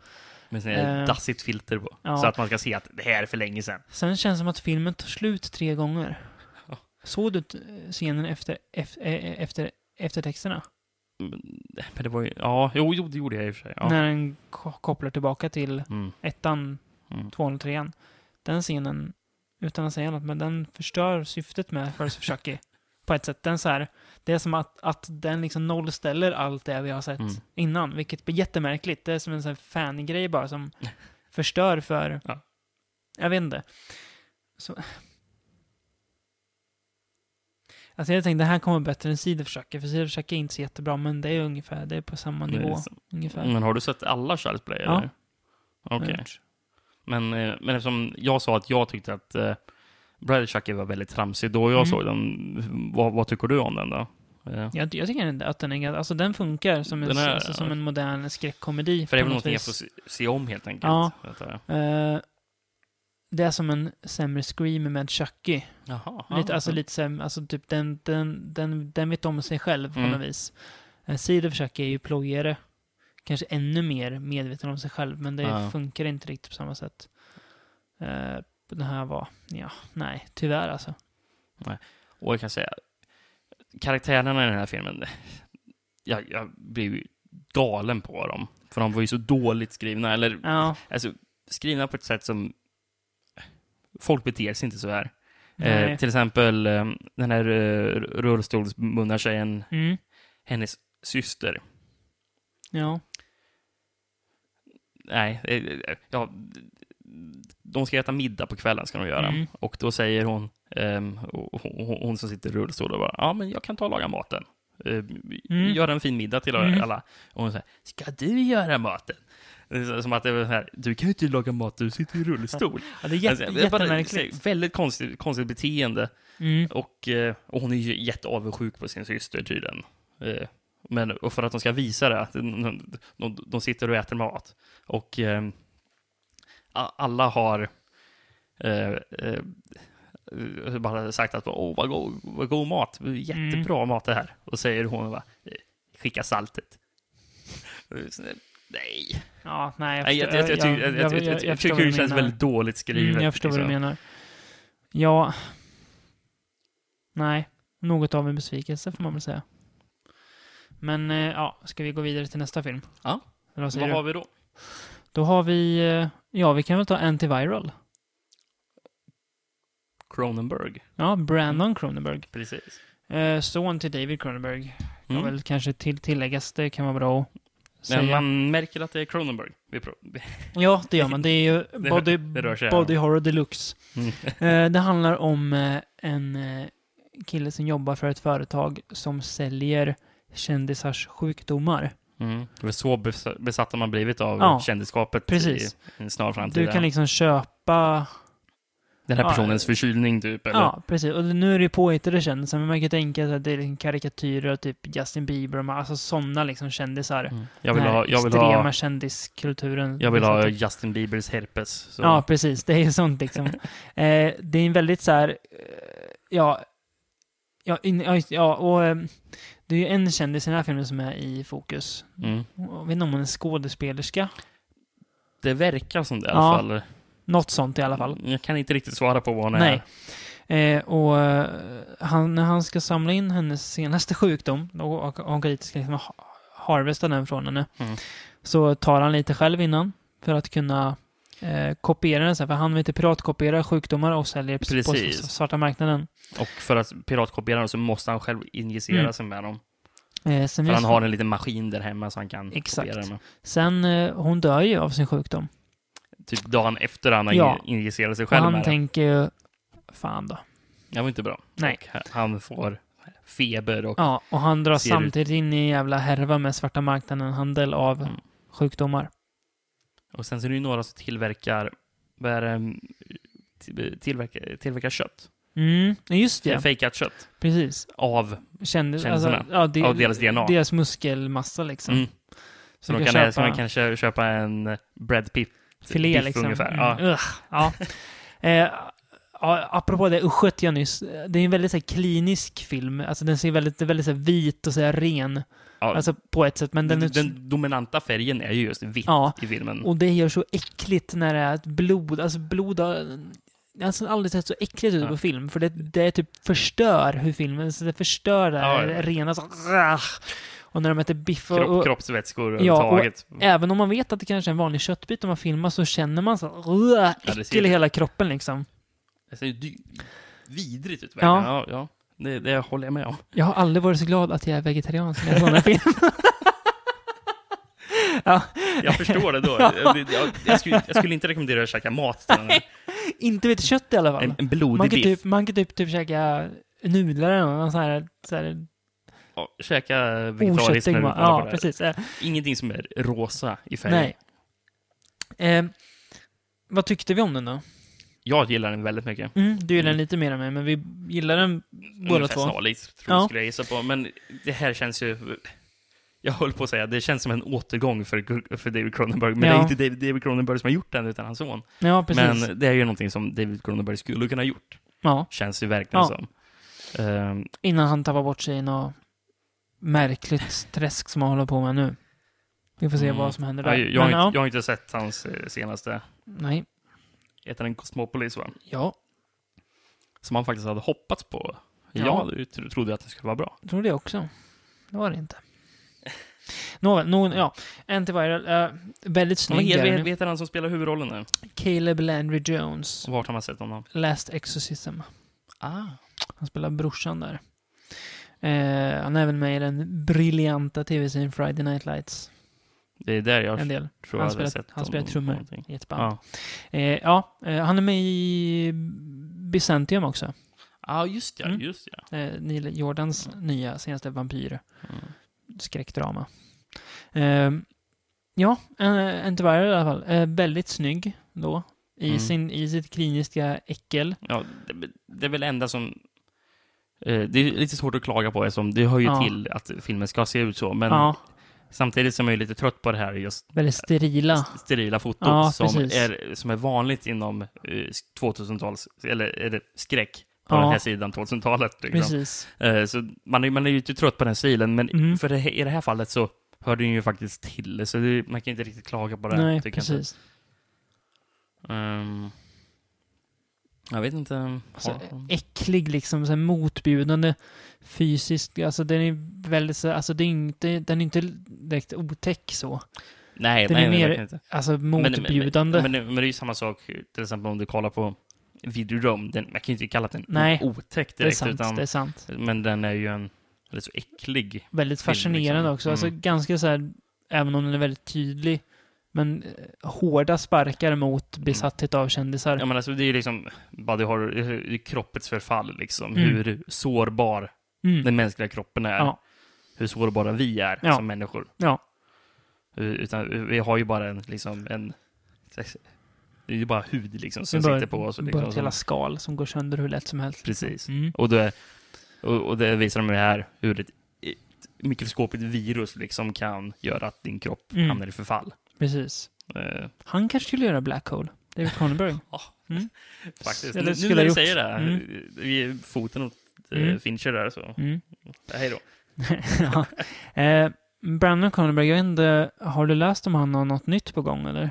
F: med sån här
E: Eh.
F: dassigt filter på.
E: Ja.
F: Så att man ska se att det här är för länge sedan.
E: Sen känns det som att filmen tar slut tre gånger.
F: Ja.
E: Såg du t- scenen efter, ef- eh, eh, efter, efter texterna?
F: Men det var ju, ja, jo, jo, det gjorde jag i och för sig. Ja.
E: När den ko- kopplar tillbaka till
F: Mm.
E: ettan,
F: Mm.
E: tvåan och trean. Den scenen, utan att säga något, men den förstör syftet med First of Chucky. På ett sätt. Den så här, det är som att, att den liksom nollställer allt det vi har sett
F: Mm.
E: innan, vilket blir jättemärkligt. Det är som en sån här fangrej bara som förstör för...
F: Ja.
E: Jag vet inte. Så... Alltså jag tänkte, det här kommer bättre än Seed of Chucky, för Seed of Chucky är inte så jättebra, men det är ungefär, det är på samma
F: Det är liksom- Mm.
E: nivå.
F: så-
E: Ungefär.
F: Men har du sett alla Charles Play?
E: Ja.
F: eller? Okej.
E: Mm.
F: Men, eh, men eftersom jag sa att jag tyckte att eh, Brad Chucky var väldigt tramsig då jag
E: Mm.
F: såg den, vad, vad tycker du om den då? Eh,
E: Jag, jag tycker inte att den är ganska- alltså den funkar som en,
F: Den är-
E: alltså, som en modern skräckkomedi.
F: För det är
E: på
F: väl
E: något
F: någonting jag
E: vis.
F: får se, se om helt enkelt.
E: Ja.
F: Detta.
E: Eh, det är som en sämre Scream med Chucky.
F: Jaha.
E: lite,
F: ja.
E: alltså lite sämre, alltså typ den, den, den, den vet om sig själv på
F: Mm.
E: något vis. Eh, Seed of Chucky är ju plojigare. Kanske ännu mer medveten om sig själv, men det
F: Ja.
E: funkar inte riktigt på samma sätt. Eh, den här var, ja, nej, tyvärr alltså.
F: Och jag kan säga, karaktärerna i den här filmen, jag, jag blev ju galen på dem. För de var ju så dåligt skrivna, eller
E: Ja,
F: alltså, skrivna på ett sätt som folk beter sig inte så här. Eh,
E: nej.
F: till exempel eh, den här eh, rullstolsbundna tjejen,
E: Mm,
F: hennes syster.
E: ja.
F: Nej, eh, eh, ja, de ska äta middag på kvällen ska de göra.
E: Mm.
F: Och då säger hon, ehm, och- och- hon, hon som sitter i rullstol, och bara, ja men jag kan ta och laga maten. Eh,
E: Mm.
F: Gör en fin middag till
E: Mm.
F: alla. Och hon säger, ska du göra maten? Det är så- Som att det är så här, du kan ju inte laga mat, du sitter i rullstol.
E: ja det är jätte,
F: Alltså, det är bara-
E: jättemärkligt.
F: Väldigt konstigt, konstigt beteende.
E: Mm.
F: Och, eh, och hon är ju jätteavundsjuk på sin syster tydligen. Eh, Men och för att de ska visa det, att de, de, de sitter och äter mat. Och eh, a- alla har eh, eh, bara sagt att åh, vad god, vad god mat, jättebra mat det här. Och säger hon bara, eh, skicka saltet. Nej,
E: Ja, nej,
F: Nej, jag,
E: förstår-
F: jag, jag, tycker-
E: jag-
F: jag, jag,
E: jag-
F: jag,
E: jag förstår
F: tycker
E: vad du
F: det känns
E: menar.
F: väldigt dåligt skrivet.
E: Mm, jag förstår vad
F: liksom.
E: du menar. Ja. Nej, något av en besvikelse får man väl säga. Men eh, ja, ska vi gå vidare till nästa film?
F: Ja.
E: Eller vad säger
F: Alltså, Vad
E: du?
F: har vi då?
E: Då har vi, eh, ja vi kan väl ta Antiviral.
F: Cronenberg,
E: Ja,
F: Mm.
E: Brandon Cronenberg.
F: precis.
E: Eh, son till David Cronenberg. Kan
F: Mm.
E: väl kanske till, tilläggas, det kan vara bra att
F: Men
E: säga.
F: man märker att det är Cronenberg. Vi pro-
E: Ja, det gör man. Det är ju
F: det
E: body,
F: rör sig, ja.
E: body horror deluxe.
F: Mm.
E: Eh, det handlar om eh, en eh, kille som jobbar för ett företag som säljer kändisars sjukdomar.
F: Mm. Det är så bes- besatta man blivit av
E: Ja.
F: kändisskapet
E: Precis.
F: i en snar framtid.
E: Du kan liksom köpa...
F: Den här
E: ja,
F: personens förkylning typ, eller?
E: Ja, precis. Och nu är det påhittade kändisar, men man kan tänka sig att det är liksom karikatyrer av typ Justin Bieber och de- alltså sådana liksom kändisar.
F: Mm. Jag vill
E: Den här
F: ha, jag vill
E: extrema
F: ha,
E: kändiskulturen.
F: jag vill ha
E: Liksom.
F: Justin Biebers herpes. Så.
E: Ja, precis. Det är ju sånt liksom. eh, det är en väldigt så här, eh, ja, ja, in, ja, just- ja och eh, det är ju en kändis i den här filmen som är i fokus.
F: Mm.
E: Jag vet inte om hon är skådespelerska.
F: Det verkar som det i
E: Ja,
F: alla fall.
E: Något sånt i alla fall.
F: Jag kan inte riktigt svara på vad hon är.
E: Nej.
F: Mm.
E: Eh, och eh, han, när han ska samla in hennes senaste sjukdom, då åker hon dit och ska liksom ha- harvesta den från henne,
F: Mm.
E: så tar han lite själv innan för att kunna eh, kopiera den, så här, för han vill inte piratkopiera sjukdomar och säljer på
F: Precis.
E: s- svarta marknaden.
F: Och för att piratkopiera dem så måste han själv injicera
E: Mm.
F: sig med dem.
E: Eh, sen
F: För
E: vet-
F: han har en liten maskin där hemma så han kan
E: Exakt.
F: kopiera dem. med.
E: sen eh, hon dör ju av sin sjukdom.
F: Typ dagen efter han har
E: Ja.
F: ja. injicerat sig
E: Och
F: själv
E: han
F: med det.
E: tänker ju, fan då.
F: Det var inte bra.
E: Nej.
F: Och han får feber och
E: Ja, och han drar
F: Ser ut.
E: samtidigt in i en jävla härva med svarta marknaden, handel av
F: Mm.
E: sjukdomar.
F: Och sen så är det ju några som tillverkar, vad är det, mm, till- tillverkar, tillverkar kött.
E: Mm, just det.
F: Fejkat kött.
E: Precis.
F: Av.
E: Kändis,
F: Kändisarna.
E: Alltså, ja, det,
F: Av deras DNA.
E: Deras muskelmassa liksom.
F: Mm. Så
E: Du
F: de
E: kan
F: kan, köpa...
E: köpa-
F: så man kan kö- köpa en Brad Pitt.
E: Filé
F: biff
E: liksom.
F: ungefär.
E: Mm.
F: Ja.
E: Ugh, ja. eh, ja, apropå det uschet jag nyss. eh, Det är en väldigt så här, klinisk film. Alltså den ser väldigt, det är väldigt så här, vit och så här, ren.
F: Ja.
E: Alltså på ett sätt. Men den,
F: den,
E: är-
F: den dominanta färgen är ju just vitt
E: Ja.
F: i filmen.
E: Och det gör så äckligt när det är ett blod. Alltså blod har... Jag har alltså aldrig sett så äckligt ut
F: Ja.
E: på film, för det, det typ förstör hur filmen, så det förstör det här
F: Ja, ja.
E: rena så, ah. Och när de äter biff och,
F: Kropp,
E: och,
F: kroppsvätskor
E: Ja, och-
F: överhuvudtaget.
E: Även om man vet att det kanske är en vanlig köttbit om man filmar så känner man så här,
F: Ja, det ser
E: äckel i
F: det.
E: hela kroppen liksom.
F: Det ser ju dy- vidrigt ut verkligen.
E: Ja.
F: Ja. Ja, Det, det håller jag med om.
E: Jag har aldrig varit så glad att jag är vegetarian som jag är på den här filmen. ja,
F: Jag förstår det då. jag, jag, jag, skulle, jag skulle inte rekommendera att käka mat till den här.
E: inte vet kött i alla fall.
F: En, en blodig
E: man, kan
F: biff.
E: typ, man kan typ, typ käka nudlar eller något sånt här, så här
F: Ja, käka vegetariskt
E: okötting
F: när du
E: bara.
F: kollar på
E: Ja,
F: det här.
E: precis. Eh,
F: Ingenting som är rosa i färg.
E: Nej. Eh, vad tyckte vi om den då?
F: Jag gillar den väldigt mycket.
E: Mm, du gillar den
F: Mm.
E: lite mer än mig, men vi gillar den båda
F: Ungefär
E: två.
F: snarlikt, tror jag
E: Ja.
F: skulle jag gissa på. Men det här känns ju... Jag höll på att säga, det känns som en återgång för, Gu- för David Cronenberg. Men
E: Ja.
F: det är inte David, David Cronenberg som har gjort den, utan hans son.
E: Ja, precis.
F: Men det är ju någonting som David Cronenberg skulle kunna ha gjort.
E: ja,
F: Känns det verkligen
E: Ja.
F: som. Ehm,
E: innan han tappar bort sig i något märkligt träsk som han håller på med nu. Vi får se
F: Mm.
E: vad som händer
F: ja,
E: där.
F: jag, jag, har
E: Men,
F: inte, jag
E: ja,
F: har inte sett hans eh, senaste...
E: Nej,
F: Heter den Cosmopolis, va?
E: ja,
F: Som han faktiskt hade hoppats på.
E: Ja.
F: Ja. Jag tro- trodde att den skulle vara bra.
E: jag tror det också. Det var det inte. Nåväl, någon, ja. Antiviral, eh, väldigt
F: Vad
E: snygg. är
F: heter
E: den.
F: vad heter han som spelar huvudrollen nu?
E: Caleb Landry Jones,
F: Och Vart har man sett honom?
E: Last Exorcism.
F: Ah.
E: Han spelar brorsan där. Eh, han är även med i den briljanta tv-serien Friday Night Lights.
F: Det är där jag
E: En del.
F: tror
E: han
F: jag
E: spelar-
F: hade sett
E: han spelar
F: honom
E: trummor.
F: någonting.
E: I ett band.
F: Ja,
E: Eh, ja, eh, han är med i Byzantium också.
F: ah, just ja,
E: Mm.
F: just ja.
E: Eh, Neil Jordans nya senaste vampyr.
F: Mm.
E: Skräckdrama. Eh, ja, eh, Antiviral i alla fall. Eh, väldigt snygg då. I,
F: Mm.
E: sin, I sitt kliniska äckel.
F: ja det, det är väl det enda som... Eh, det är lite svårt att klaga på eftersom det hör ju
E: Ja.
F: till att filmen ska se ut så. Men
E: ja,
F: samtidigt som jag är lite trött på det här just
E: väldigt sterila.
F: sterila fotot
E: Ja,
F: som,
E: precis.
F: är, som är vanligt inom eh, 2000-tals... Eller är det skräck? På
E: Ja.
F: den här sidan, 2000-talet. Liksom.
E: Precis.
F: Eh, så man är, man är ju inte trött på den stilen, men
E: Mm.
F: för det, här- i det här fallet så hör den ju faktiskt till. Så det, man kan inte riktigt klaga på det.
E: Nej,
F: tycker jag inte.
E: precis.
F: Ehm, eh, jag vet inte. Har-
E: Alltså, äcklig liksom, så här motbjudande fysiskt. Alltså den är väldigt så, alltså det är inte, den är inte direkt otäck så.
F: nej,
E: den
F: nej,
E: är
F: nej,
E: mer
F: verkligen inte.
E: Alltså
F: Men-
E: motbjudande.
F: Men, men, men, men det är ju samma sak, till exempel om du kollar på Videodrome. Den, man kan ju inte kalla den
E: Nej.
F: otäck
E: det är
F: direkt,
E: sant,
F: utan,
E: det är sant.
F: men den är ju en eller så äcklig.
E: Väldigt
F: film,
E: fascinerande
F: liksom.
E: också. Alltså
F: Mm.
E: ganska så här, även om den är väldigt tydlig, Men eh, hårda sparkar mot besatthet av kändisar.
F: Mm. Ja, men alltså, det är ju liksom body horror, eh, kroppets förfall liksom.
E: Mm.
F: Hur sårbar
E: Mm.
F: den mänskliga kroppen är.
E: Ja.
F: Hur sårbara vi är
E: Ja.
F: som människor.
E: Ja.
F: Eh, Utan vi har ju bara en, liksom en... Det är ju bara hud liksom som
E: Det är bara-
F: sitter på oss. och
E: bara
F: Liksom,
E: ett hela
F: som-
E: skal som går sönder hur lätt som helst.
F: precis.
E: Mm.
F: Och, det, och, och det visar de det här hur ett ett mikroskopiskt virus liksom kan göra att din kropp
E: Mm.
F: hamnar i förfall.
E: Precis.
F: Eh,
E: Han kanske skulle göra Black Hole. David Cronenberg. Mm.
F: faktiskt.
E: Eller
F: Nu, nu
E: skulle
F: när
E: ha
F: du
E: gjort.
F: säger det, här,
E: Mm.
F: vi är foten åt eh,
E: Mm.
F: Fincher där så.
E: Mm.
F: Ja, hej då.
E: ja. eh, Brandon Cronenberg, jag vet inte, har du läst om han har något nytt på gång eller?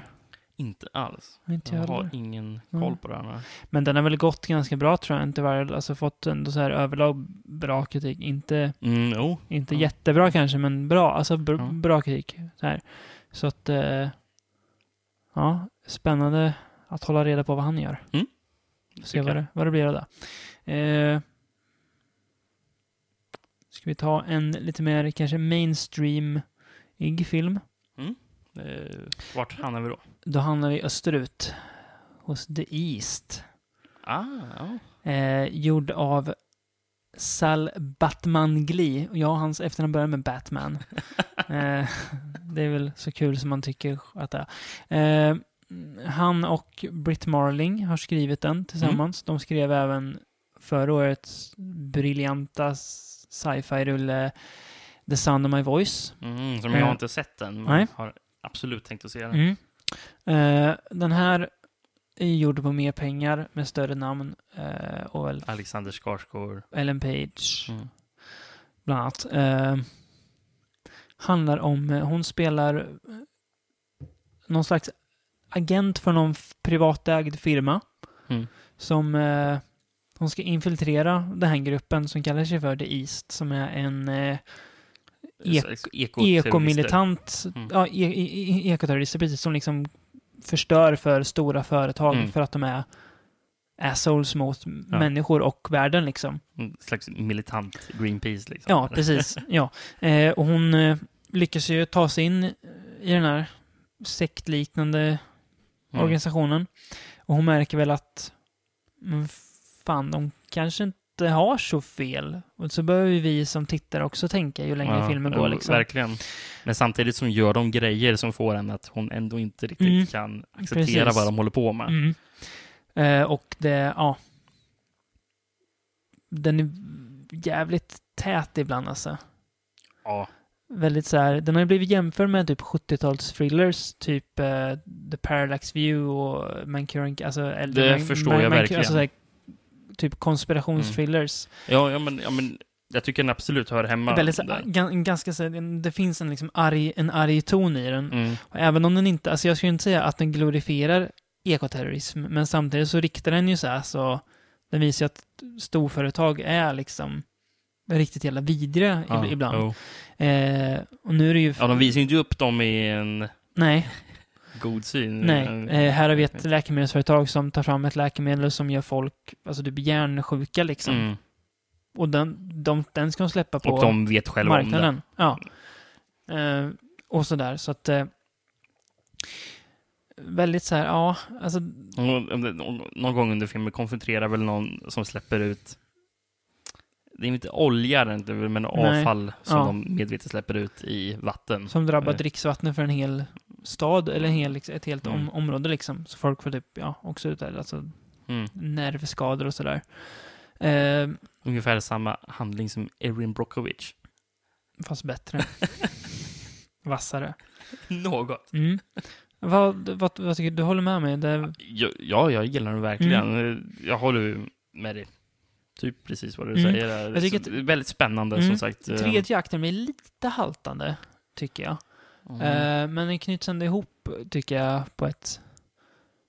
F: Inte alls.
E: Inte jag
F: Jag har
E: heller.
F: ingen
E: Mm.
F: koll på det här.
E: Men den har väl gått ganska bra tror jag, inte varje, alltså fått ändå så här överlag bra kritik. Inte,
F: Mm, jo.
E: inte
F: Ja.
E: jättebra kanske, men bra, alltså br-
F: Ja.
E: bra kritik. Så, här. så att, eh, ja, spännande att hålla reda på vad han gör.
F: Mm.
E: Se
F: jag.
E: vad det, vad det blir av det. Eh, ska vi ta en lite mer kanske mainstream-ig film?
F: Eh, vart hamnar vi då?
E: Då hamnar vi österut. Hos The East.
F: Ah, ja.
E: Eh, gjord av Sal Batman Glee. Och Ja, hans efternamn börjar med Batman. eh, det är väl så kul som man tycker att det är. Eh, han och Britt Marling har skrivit den tillsammans. De skrev även förra årets briljanta sci-fi-rulle The Sound of My Voice.
F: Mm, som
E: Eh,
F: jag inte sett än, men
E: nej.
F: har absolut tänkt att se den.
E: Mm. Eh, den här är gjord på mer pengar med större namn eh, och väl
F: Alexander Skarsgård.
E: Ellen Page
F: Mm.
E: bland annat. Eh, handlar om, eh, hon spelar eh, någon slags agent för någon f- privatägd firma
F: Mm.
E: som eh, hon ska infiltrera den här gruppen som kallar sig för The East som är en eh, Ek-
F: Så- Eh, ekoterrorister.
E: ekomilitant,
F: Mm.
E: ja, e- e- e- ekoterrorister precis, som liksom förstör för stora företag
F: Mm.
E: för att de är assholes mot människor och världen liksom.
F: En Mm, slags militant Greenpeace liksom.
E: Ja, precis. ja. Eh, och hon eh, lyckas ju ta sig in i den här sektliknande
F: Mm.
E: organisationen. Och hon märker väl att men fan, de kanske inte har så fel. Och så börjar ju vi som tittare också tänka ju längre
F: Ja,
E: filmen
F: ja,
E: går liksom.
F: Verkligen. Men samtidigt som gör de grejer som får henne att hon ändå inte riktigt
E: Mm.
F: kan acceptera
E: Precis.
F: vad de håller på med.
E: Mm. Eh, och det, ja. Den är jävligt tät ibland alltså.
F: Ja.
E: Väldigt så här, den har ju blivit jämförd med typ 70-tals thrillers, typ eh, The Parallax View och Mancuring, alltså äldre
F: Det
E: Man-
F: förstår
E: Man-
F: jag
E: Manc-
F: verkligen. Mm.
E: Alltså, så här, typ konspirationsthrillers.
F: Ja, ja, men, ja, men jag tycker den absolut hör hemma
E: Väldigt, så Mm. här,
F: där.
E: gan- ganska så här, en- det finns en liksom arg, en arg ton i den.
F: Mm.
E: Och även om den inte, alltså jag skulle inte säga att den glorifierar ekoterrorism, men samtidigt så riktar den ju så här så, den visar ju att storföretag är liksom riktigt jävla vidriga
F: Ja,
E: ib- ibland.
F: jo.
E: Eh, och nu är det ju,
F: Ja, de visar ju inte upp dem i en
E: nej,
F: god syn.
E: nej.
F: Mm.
E: Eh, här har vi ett läkemedelsföretag som tar fram ett läkemedel som gör folk, alltså du blir hjärnsjuka liksom.
F: Mm.
E: Och den, de, den ska de släppa på
F: Och de vet själva om det. Mm.
E: marknaden. Ja. Eh, och sådär, så att eh, Väldigt så här, ja, alltså
F: Hon- hon- Någon gång under filmen konfronterar väl någon som släpper ut det är inte olja, det är inte, men
E: Nej.
F: avfall som
E: Ja.
F: de medvetet släpper ut i vatten.
E: Som drabbar
F: Eh.
E: dricksvattnet för en hel stad eller en hel, ett helt om,
F: Mm.
E: område liksom. Så folk får typ, ja, också ut där, alltså
F: Mm.
E: nervskador och sådär. Eh,
F: Ungefär samma handling som Erin Brockovich.
E: fast bättre. Vassare.
F: Något.
E: Mm. Vad, vad, vad tycker du? Du håller med mig? Det,
F: Ja, jag gillar den verkligen. Jag håller med dig. Typ precis vad du
E: Mm.
F: säger. Där.
E: Jag tycker
F: Så det är väldigt spännande
E: Mm.
F: som sagt. eh,
E: tredje akten blir lite haltande, tycker jag.
F: Mm.
E: Eh, men den knyts ändå ihop, tycker jag, på ett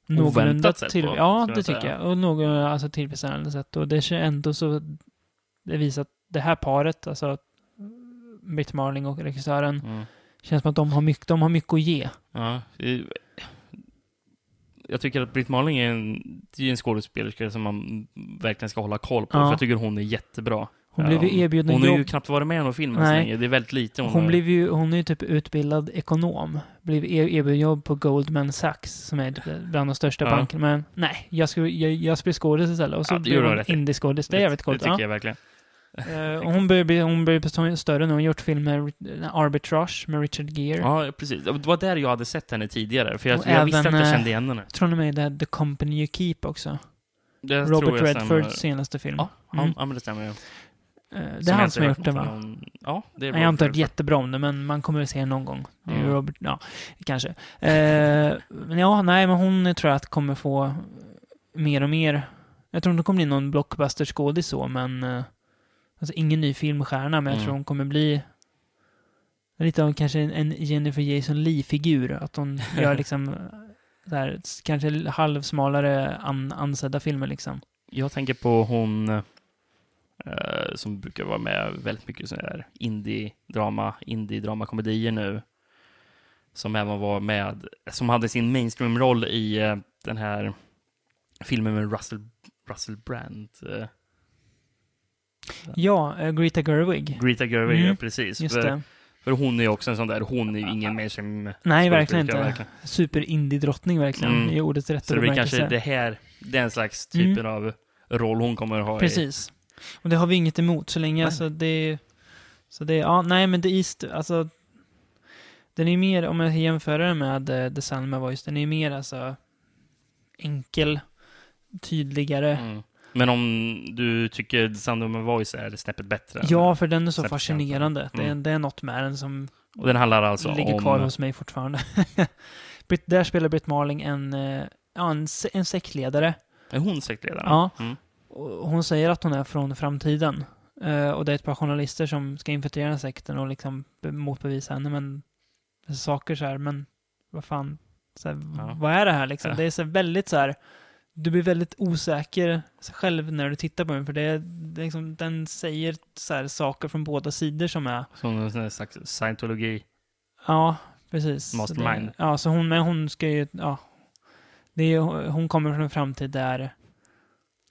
F: Oväntat
E: någorlunda
F: sätt
E: till...
F: då,
E: Ja,
F: skulle jag
E: det
F: säga.
E: tycker jag. Och någorlunda alltså, tillfredsställande sätt. Och det känns ändå så... Det visar att det här paret, alltså Britt Marling och regissören,
F: Mm.
E: känns som att de har mycket, de har mycket att ge.
F: Ja. eh, Jag tycker att Britt Marling är en, det är en skådespelerska som man verkligen ska hålla koll på.
E: Ja.
F: För jag tycker hon är jättebra.
E: Hon blev ju
F: Ja,
E: erbjuden
F: Hon har ju
E: jobb.
F: knappt varit med i någon film än så
E: Nej.
F: länge. Det är väldigt lite hon,
E: Hon,
F: har-
E: blev ju, hon är ju typ utbildad ekonom. Blev er- erbjuden jobb på Goldman Sachs, som är typ bland de största
F: Ja.
E: bankerna. Men nej, jag skulle, jag, jag skulle bli skådis istället. Och så
F: Ja, det
E: blev
F: gjorde hon
E: hon
F: rätt i.
E: indieskådis. Det är jävligt
F: Det
E: coolt.
F: tycker
E: Ja.
F: jag verkligen.
E: Eh, och Hon börjar bli, hon börjar bli st- större nu. Hon har gjort filmer, eh, Arbitrage med Richard Gere.
F: Ja, precis. Och Det var där jag hade sett henne tidigare, för jag,
E: Och
F: jag visste
E: även,
F: att jag
E: eh,
F: kände igen henne.
E: Tror ni med i det här The Company You Keep också?
F: Det tror
E: Robert
F: jag
E: Redfords
F: stämmer.
E: senaste film.
F: Ja,
E: Mm.
F: ja, men det stämmer ju.
E: Eh, det
F: Som
E: är
F: jag
E: han
F: inte
E: som har
F: hört
E: gjort den
F: något
E: va?
F: om någon- Ja, det är Mm.
E: Nej, jag har inte hört
F: Robert Redford.
E: jättebra om det, men man kommer väl se den någon gång. Det är ju
F: Ja.
E: Robert, ja, kanske. Eh, men ja, nej, men hon tror jag att kommer få mer och mer. Jag tror inte hon kommer bli någon blockbusterskådis så, men eh, alltså ingen ny filmstjärna, men jag
F: Mm.
E: tror hon kommer bli lite av kanske en- en Jennifer Jason Lee-figur. Att hon gör liksom eh, så här, s- kanske halvsmalare an, ansedda filmer liksom.
F: Jag tänker på hon eh, som brukar vara med väldigt mycket sån här indie-drama, indie-drama-komedier nu. Som även var med, som hade sin mainstream-roll i eh, den här filmen med Russell, Russell Brand. eh,
E: Ja, eh, Greta Gerwig.
F: Greta Gerwig,
E: Mm,
F: ja, precis.
E: Just
F: för,
E: det.
F: för hon är ju också en sån där, hon är ju ingen mainstream
E: Nej, verkligen inte.
F: skådespelerska, verkligen.
E: superindie-drottning verkligen,
F: Mm.
E: i ordets rätta
F: Så det blir kanske det
E: bemärkelse.
F: här, den slags typen av roll hon kommer att ha i
E: Mm. Precis. Och det har vi inget emot så länge, alltså det... Så det, ja, nej men The East, alltså... Den är ju mer, om jag jämför den med eh, The Salma Voice, den är ju mer alltså enkel, tydligare.
F: Mm. Men om du tycker Sandum med Voice är snäppet bättre?
E: Ja, för den är så
F: Snäppet
E: fascinerande. Det, är,
F: Mm.
E: det är något med den som
F: Och den handlar alltså
E: ligger
F: om...
E: kvar hos mig fortfarande. Britt, där spelar Britt Marling en, eh, ja, en, se- en sektledare.
F: Är hon sektledaren?
E: Ja.
F: Mm.
E: Och Hon säger att hon är från framtiden. Eh, och det är ett par journalister som ska infiltrera den här sekten och liksom be- motbevisa henne. Men saker så här, men vad fan, så här,
F: Ja.
E: vad är det här liksom?
F: Ja.
E: Det är så här väldigt så här, du blir väldigt osäker själv när du tittar på den. För det, är- det är liksom, den säger så här saker från båda sidor som är,
F: Som en sån här slags scientologi.
E: ja, precis. Så
F: Mastermind.
E: Det, ja, så hon, men hon ska ju, ja. Det är, ju- hon kommer från en framtid där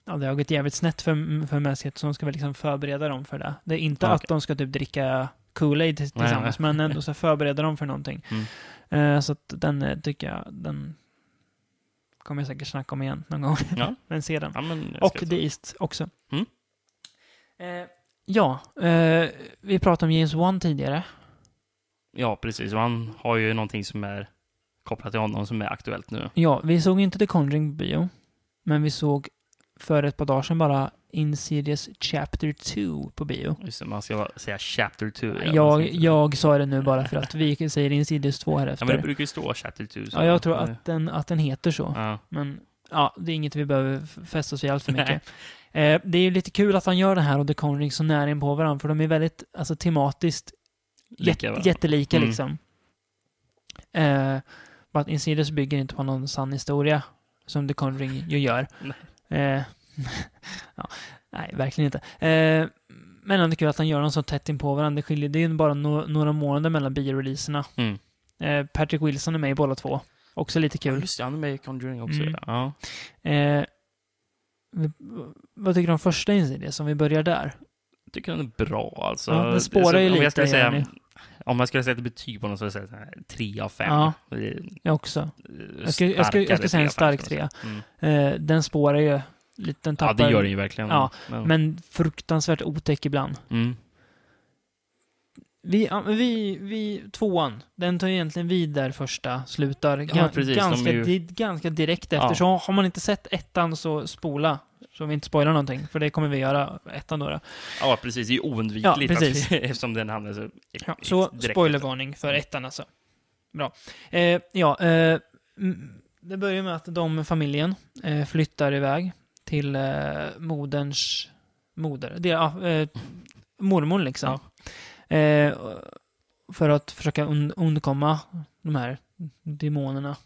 E: ja, det har gått jävligt snett för, för mänskligheten, så hon ska väl liksom förbereda dem för det. Det är inte
F: Ja,
E: att
F: okej.
E: de ska typ dricka Kool-Aid tills-
F: Nej,
E: tillsammans, men ändå så förbereda dem för någonting.
F: Mm.
E: Eh, så att den eh, tycker jag, den kommer jag säkert snacka om igen någon gång.
F: Ja.
E: men se den.
F: Ja, men jag
E: Och
F: ska ta-
E: The East också.
F: Mm.
E: Eh, ja, eh, vi pratade om James Wan tidigare.
F: Ja, precis. Och han har ju någonting som är kopplat till honom som är aktuellt nu.
E: Ja, vi såg inte The Conjuring på bio. Men vi såg för ett par dagar sedan bara Insidious Chapter 2 på bio.
F: Just det, man ska va- säga Chapter 2.
E: Jag, jag sa det nu bara för att vi säger Insidious 2 här
F: alltså, Ja, men det
E: efter.
F: brukar ju stå Chapter 2. så-
E: Ja, jag tror att den, att den heter så.
F: Ja.
E: Men ja, det är inget vi behöver f- fästa oss i allt för
F: Nej.
E: mycket. Eh, det är ju lite kul att han gör det här och The Conjuring så nära in på varandra, för de är väldigt alltså, tematiskt
F: Lika,
E: jätt,
F: va?
E: jättelika
F: Mm.
E: liksom. Eh, bara att Insidious bygger inte på någon sann historia, som The Conjuring ju gör. Eh, ja, nej, verkligen inte. Eh, men ändå kul att han gör dem så tätt in på varandra. Det skiljer, det är ju bara no några månader mellan bioreleaserna.
F: Mm.
E: Eh, Patrick Wilson är med i båda två. Också lite
F: Ja,
E: kul.
F: Just det, han är med i Conjuring också.
E: Mm.
F: Ja.
E: Eh, vi- vad tycker du om första Insidious, om vi börjar där?
F: Jag tycker den är bra alltså.
E: Ja, den
F: Det är
E: spårar
F: så-
E: ju
F: om
E: lite
F: jag skulle
E: gärna.
F: säga, Om jag skulle sätta betyg på den så skulle jag säga 3 av 5.
E: Ja. Jag också.
F: eh,
E: Jag ska- jag ska- jag ska säga en stark trea.
F: Mm.
E: Eh, den spårar ju lite, den
F: Ja,
E: tappar.
F: det gör den ju verkligen.
E: Ja,
F: men...
E: Men fruktansvärt otäck ibland.
F: Mm.
E: Vi, ja, men vi, vi, tvåan, den tar egentligen vid där första slutar. Gan-
F: precis, de
E: ganska,
F: är ju-
E: di- ganska direkt efter.
F: Ja.
E: Så har man inte sett ettan så spola. Så vi inte spoilar någonting, för det kommer vi göra, ettan då. då.
F: ja, precis. Det är ju oundvikligt
E: Ja, precis.
F: att, eftersom den hamnar så...
E: Ja, så
F: direkt Mm.
E: spoilervarning för ettan alltså. Bra. Eh, ja, eh, mm, det börjar med att de, familjen, eh, flyttar iväg till eh, moderns moder. Det, ja, eh, mormor liksom. Eh, för att försöka und- undkomma de här demonerna.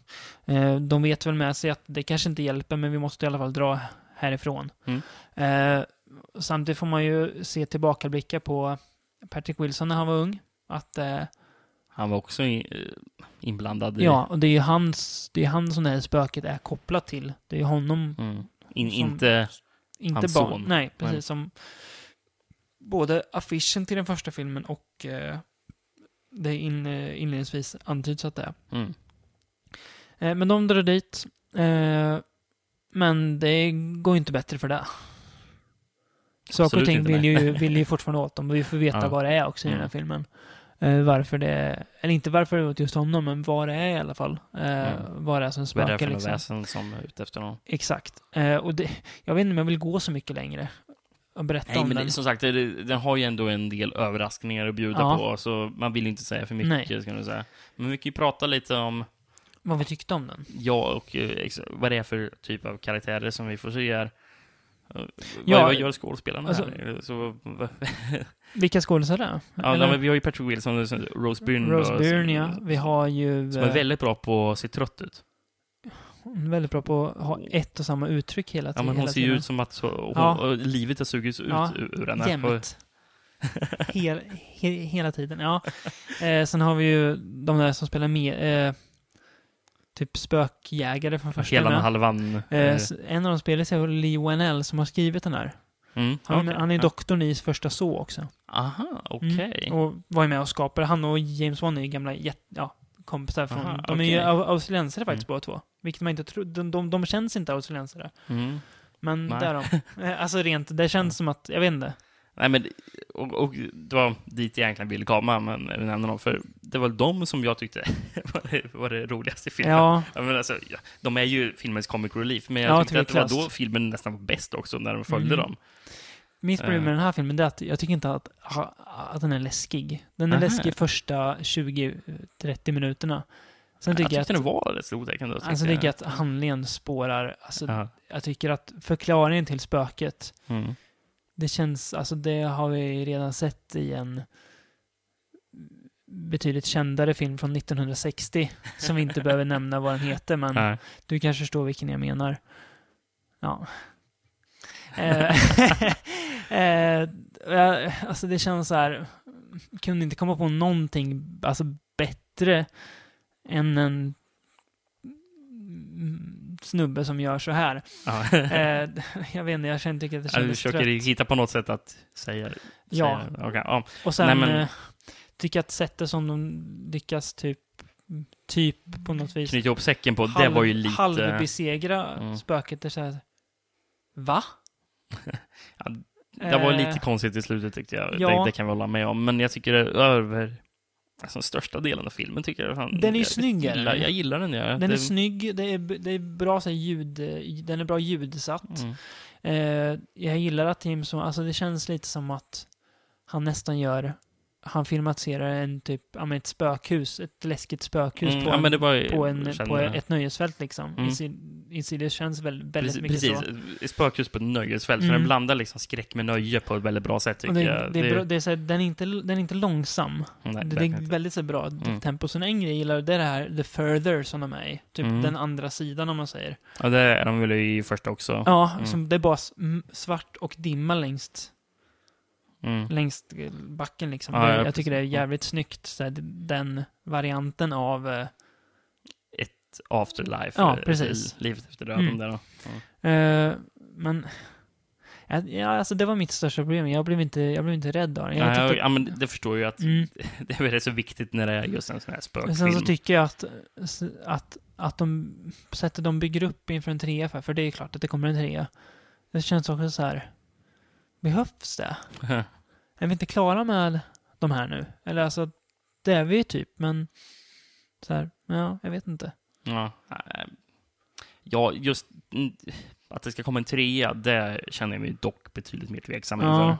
E: Eh, de vet väl med sig att det kanske inte hjälper, men vi måste i alla fall dra härifrån.
F: Mm.
E: Eh, samtidigt får man ju se tillbakablickar på Patrick Wilson när han var ung. Att, eh,
F: Han var också i- eh, inblandad i...
E: ja, och det är ju hans, det är han som det här spöket är kopplat till. Det är ju honom,
F: Mm. In,
E: Som-
F: inte...
E: inte
F: Hans
E: barn.
F: son.
E: Nej, precis
F: Nej.
E: som både affischen till den första filmen och eh, det in, eh, inledningsvis antyds att det är.
F: Mm.
E: Eh, men de drar dit. Eh, men det går ju inte bättre för det. Saker och
F: Absolut
E: ting
F: inte,
E: vill
F: nej.
E: ju, vill ju fortfarande åt dem och vi får veta
F: Ja.
E: vad det är också i den här
F: Mm.
E: filmen. Eh, varför det, eller inte varför det är åt just honom, men vad det är i alla fall. Eh,
F: Mm.
E: Vad det är som
F: Vad är det
E: spökar
F: för något
E: liksom.
F: väsen som är ute efter honom?
E: Exakt. Eh, och det, jag vet inte om jag vill gå så mycket längre och berätta
F: Nej,
E: om
F: men
E: den.
F: det, som sagt, det, den har ju ändå en del överraskningar att bjuda
E: Ja.
F: på, så man vill ju inte säga för mycket, ska man säga. Men vi kan ju prata lite om
E: Vad vi tyckte om den.
F: jag och eh, ex- vad det är för typ av karaktärer som vi får se här. Eh,
E: Ja,
F: vad, vad gör skådespelarna
E: alltså-
F: här? Så, va-
E: Vilka skådisar det är?
F: ja,
E: Eller-
F: nej, men vi har ju Patrick Wilson, och sen Rose Byrne.
E: Rose
F: då,
E: Byrne,
F: som-
E: ja. Vi har ju...
F: Som är
E: eh,
F: väldigt bra på att se trött ut.
E: Hon är väldigt bra på att ha ett och samma uttryck hela
F: Ja,
E: tiden.
F: men hon
E: hela
F: ser ju
E: tiden.
F: ut som att så, hon,
E: Ja.
F: och livet har sugits ut
E: Ja,
F: ur henne. Och-
E: Jämt. Hel, he, hela tiden, ja. Eh, sen har vi ju de där som spelar med. Eh, typ spökjägare från första
F: Hela
E: filmen.
F: den halvan. eh,
E: Eh, s- en av de spelar är Lee Wanell som har skrivit den här.
F: mm,
E: Han,
F: okej.
E: han är
F: Ja.
E: doktorn i första så också.
F: Aha, okej.
E: Mm. Och var ju med och skapade. Han och James Wan är ju gamla jätt, ja, kompisar från...
F: Aha,
E: de är
F: okej.
E: ju au- australiensare faktiskt båda två. Vilket man inte tror. De, de, de känns inte australiensare.
F: Mm.
E: Men
F: Nej.
E: det är de. Eh, Alltså rent, det känns som att, jag vet inte.
F: Nej, men, och, och det var dit jag egentligen ville komma, men jag vill nämna dem, för det var de som jag tyckte var det, var det roligaste i filmen.
E: Ja,
F: Jag menar, alltså, ja, de är ju filmens comic relief, men jag
E: Ja,
F: tyckte att det var
E: tveklöst.
F: då filmen nästan var bäst också, när de följde
E: Mm.
F: dem.
E: mitt problem med
F: Eh.
E: den här filmen det är att jag tycker inte att, att den är läskig. Den är
F: Nähä.
E: läskig första 20-30 minuterna. Sen
F: Jag
E: tycker jag,
F: tyckte den
E: att,
F: var rätt otäck ändå.
E: alltså, tycker jag att handlingen spårar. Alltså,
F: Ja.
E: Jag tycker att förklaringen till spöket,
F: Mm.
E: det känns, alltså det har vi redan sett i en betydligt kändare film från 1960 som vi inte behöver nämna vad den heter, men
F: Nej.
E: Du kanske förstår vilken jag menar. Ja. Eh, eh, jag- alltså det känns så här, kunde inte komma på någonting alltså bättre än en mm, snubbe som gör så här.
F: Ja.
E: Eh, jag vet inte, jag känner tycker att det
F: Ja, du
E: kändes
F: försöker
E: trött.
F: hitta på något sätt att säga...
E: Ja.
F: säga okej, ja.
E: Och sen
F: Nej, men-
E: eh, tycker jag att sättet som de lyckas typ, typ på något vis
F: Knyta ihop säcken på, det var ju lite...
E: Halvbesegra
F: Mm.
E: spöket. Det, så här, va?
F: Ja, Det var
E: Eh,
F: lite konstigt i slutet tyckte jag.
E: ja.
F: Det, det kan vi hålla med om. Men jag tycker det är över... Alltså största delen av filmen tycker jag. Fan,
E: Den är ju
F: jag
E: snygg, är den?
F: Gillar, jag gillar den. Ja.
E: Den är
F: Det-
E: snygg, det är, det är bra så här, ljud, eh, den är bra ljudsatt.
F: Mm.
E: Eh, jag gillar att Tim som, alltså det känns lite som att han nästan gör, han filmatiserar en typ, ja men ett spökhus, ett läskigt spökhus
F: Mm,
E: på,
F: ja,
E: en,
F: men det var,
E: på, en,
F: känner
E: på
F: jag.
E: ett nöjesfält liksom.
F: Mm.
E: Insid- Insidious känns väl, väldigt
F: Precis,
E: mycket
F: precis.
E: så.
F: Ett spökhus på ett nöjesfält. Så
E: Mm.
F: den blandar liksom skräck med nöje på ett väldigt bra sätt tycker
E: Och det,
F: jag.
E: det är bra, det är så här, den, är inte, den är inte långsam.
F: nej,
E: Det, det
F: verkligen
E: är
F: inte.
E: väldigt så bra
F: Mm.
E: tempo. Sen en grej jag gillar, det är det här the further som de är i. Typ
F: Mm.
E: den andra sidan om man säger.
F: Ja, det är de väl i första också.
E: Ja,
F: Mm.
E: som det är bara s- m- svart och dimma längst,
F: Mm.
E: längst eh, backen liksom.
F: Ja,
E: det,
F: ja,
E: jag
F: precis. Mm.
E: tycker det är jävligt snyggt, så här, d- den varianten av... eh,
F: Ett afterlife.
E: Ja,
F: eh,
E: precis.
F: Livet efter döden
E: Mm.
F: där då.
E: eh, men... Ja, Ja, alltså det var mitt största problem. Jag blev inte, jag blev inte rädd av den. Jag
F: Ja,
E: tyckte
F: jag,
E: att-
F: ja, men det förstår ju att
E: Mm.
F: det är väl rätt så viktigt när det är just en sån här spökfilm.
E: Sen så tycker jag att, att, att de sättet de bygger upp inför en trea, för, för det är klart att det kommer en trea. Det känns också så här, behövs det? Är vi inte klara med de här nu? Eller alltså, det är vi ju typ, men så här, ja, jag vet inte.
F: Ja, eh, ja just mm, att det ska komma en trea, det känner jag mig dock betydligt mer tveksam inför.
E: Ja.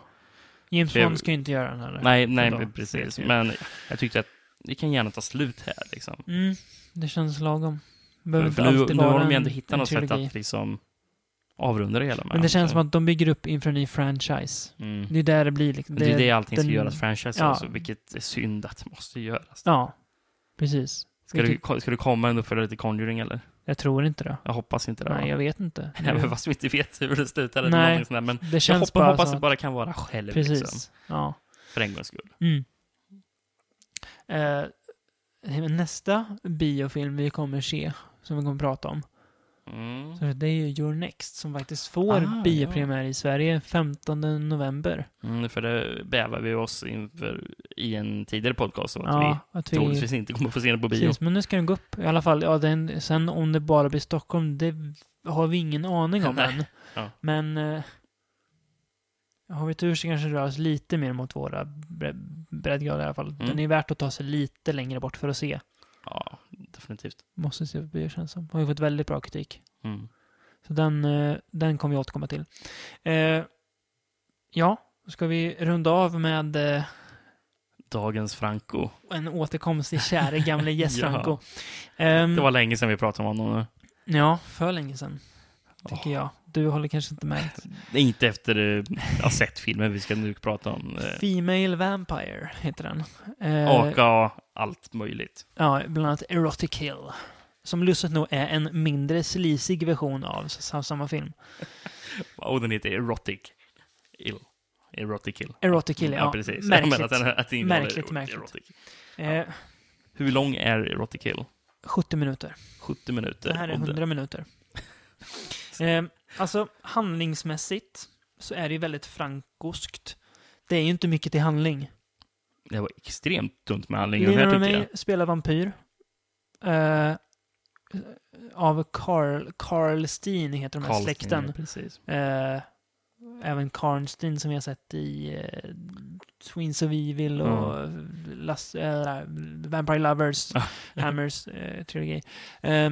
E: James
F: Det-
E: Bond ska ju inte göra den här.
F: Nej, nej,
E: Då.
F: men precis.
E: Det är
F: Men jag tyckte att det kan gärna ta slut här. Liksom.
E: Mm, det känns lagom. Behöver
F: För
E: inte
F: nu,
E: alltid
F: nu har
E: vara
F: de ju
E: en-
F: ändå hittat
E: en
F: något sätt
E: trilogi.
F: att liksom avrunda det hela med.
E: Men det känns
F: Så-
E: som att de bygger upp inför en ny franchise.
F: Mm.
E: Det är där det blir liksom.
F: Det, är ju det allting ska
E: den-
F: göras franchise
E: ja.
F: också, vilket är synd att det måste göras.
E: Ja, precis.
F: Ska,
E: Vilket-
F: du, ska du komma en uppföljare till Conjuring eller?
E: Jag tror inte det.
F: Jag hoppas inte det. va?
E: Nej, jag vet inte.
F: Nej, men fast vi inte vet hur det slutar eller
E: Nej.
F: någonting sånt där. Men
E: det
F: jag
E: känns
F: hoppas,
E: bara
F: hoppas
E: som
F: det bara kan vara själv
E: att,
F: liksom.
E: Precis. Ja.
F: För en gångs skull.
E: Mm. Eh, men nästa biofilm vi kommer se, som vi kommer prata om,
F: Mm.
E: Så det är ju Your Next som faktiskt får
F: Ah,
E: biopremiär i Sverige 15 november.
F: Mm, för det bävar vi oss inför i en tidigare podcast om att
E: Ja, att
F: vi
E: vi...
F: troligtvis inte kommer att få se den på bio.
E: Precis, men nu ska den gå upp i alla fall. Ja, den, sen om det bara blir Stockholm, det har vi ingen aning om
F: Nej.
E: än.
F: Ja.
E: Men eh, har vi tur så kanske det rör oss lite mer mot våra bre- breddgrader i alla fall.
F: Mm.
E: Den är värt att ta sig lite längre bort för att se.
F: Ja, definitivt.
E: Måste se på bio känns som. Har ju fått väldigt bra kritik.
F: Mm.
E: Så den, eh, den kommer jag återkomma till. Eh, ja, då ska vi runda av med eh,
F: Dagens Franco.
E: en återkomst till käre gamle Jess
F: Ja.
E: Franco. Ehm,
F: Det var länge sedan vi pratade om honom nu.
E: Ja, för länge sedan. Tycker jag. Du håller kanske inte med.
F: Det är Inte efter eh, jag har sett filmen vi ska nu prata om. eh,
E: Female Vampire heter den. Eh,
F: Aka, allt möjligt.
E: Ja, bland annat Erotic Hill. Som lustigt nog är en mindre slisig version av s- samma film.
F: Och den heter Erotic Ill. Erotic Kill.
E: Erotic Hill, ja.
F: precis. Jag menar
E: Märkligt.
F: Att den, att den innehåller
E: Märkligt, märkligt.
F: Erotic.
E: Eh,
F: Hur lång är Erotic Kill?
E: 70 minuter.
F: 70 minuter.
E: Det här är
F: Och den-
E: 100 minuter. eh, alltså, handlingsmässigt så är det ju väldigt frankoskt. Det är ju inte mycket till handling.
F: Det var extremt tunt med handlingen
E: Lina
F: här tycker jag.
E: Romay spelar vampyr. Eh, av Carl, Carl Steen heter de här
F: Karlsten,
E: släkten.
F: ja, Precis.
E: Eh, även Karnstein som vi har sett i eh, Twins of Evil och
F: Mm.
E: Las, eh, Vampire Lovers, Hammers, eh, trilogi. Eh,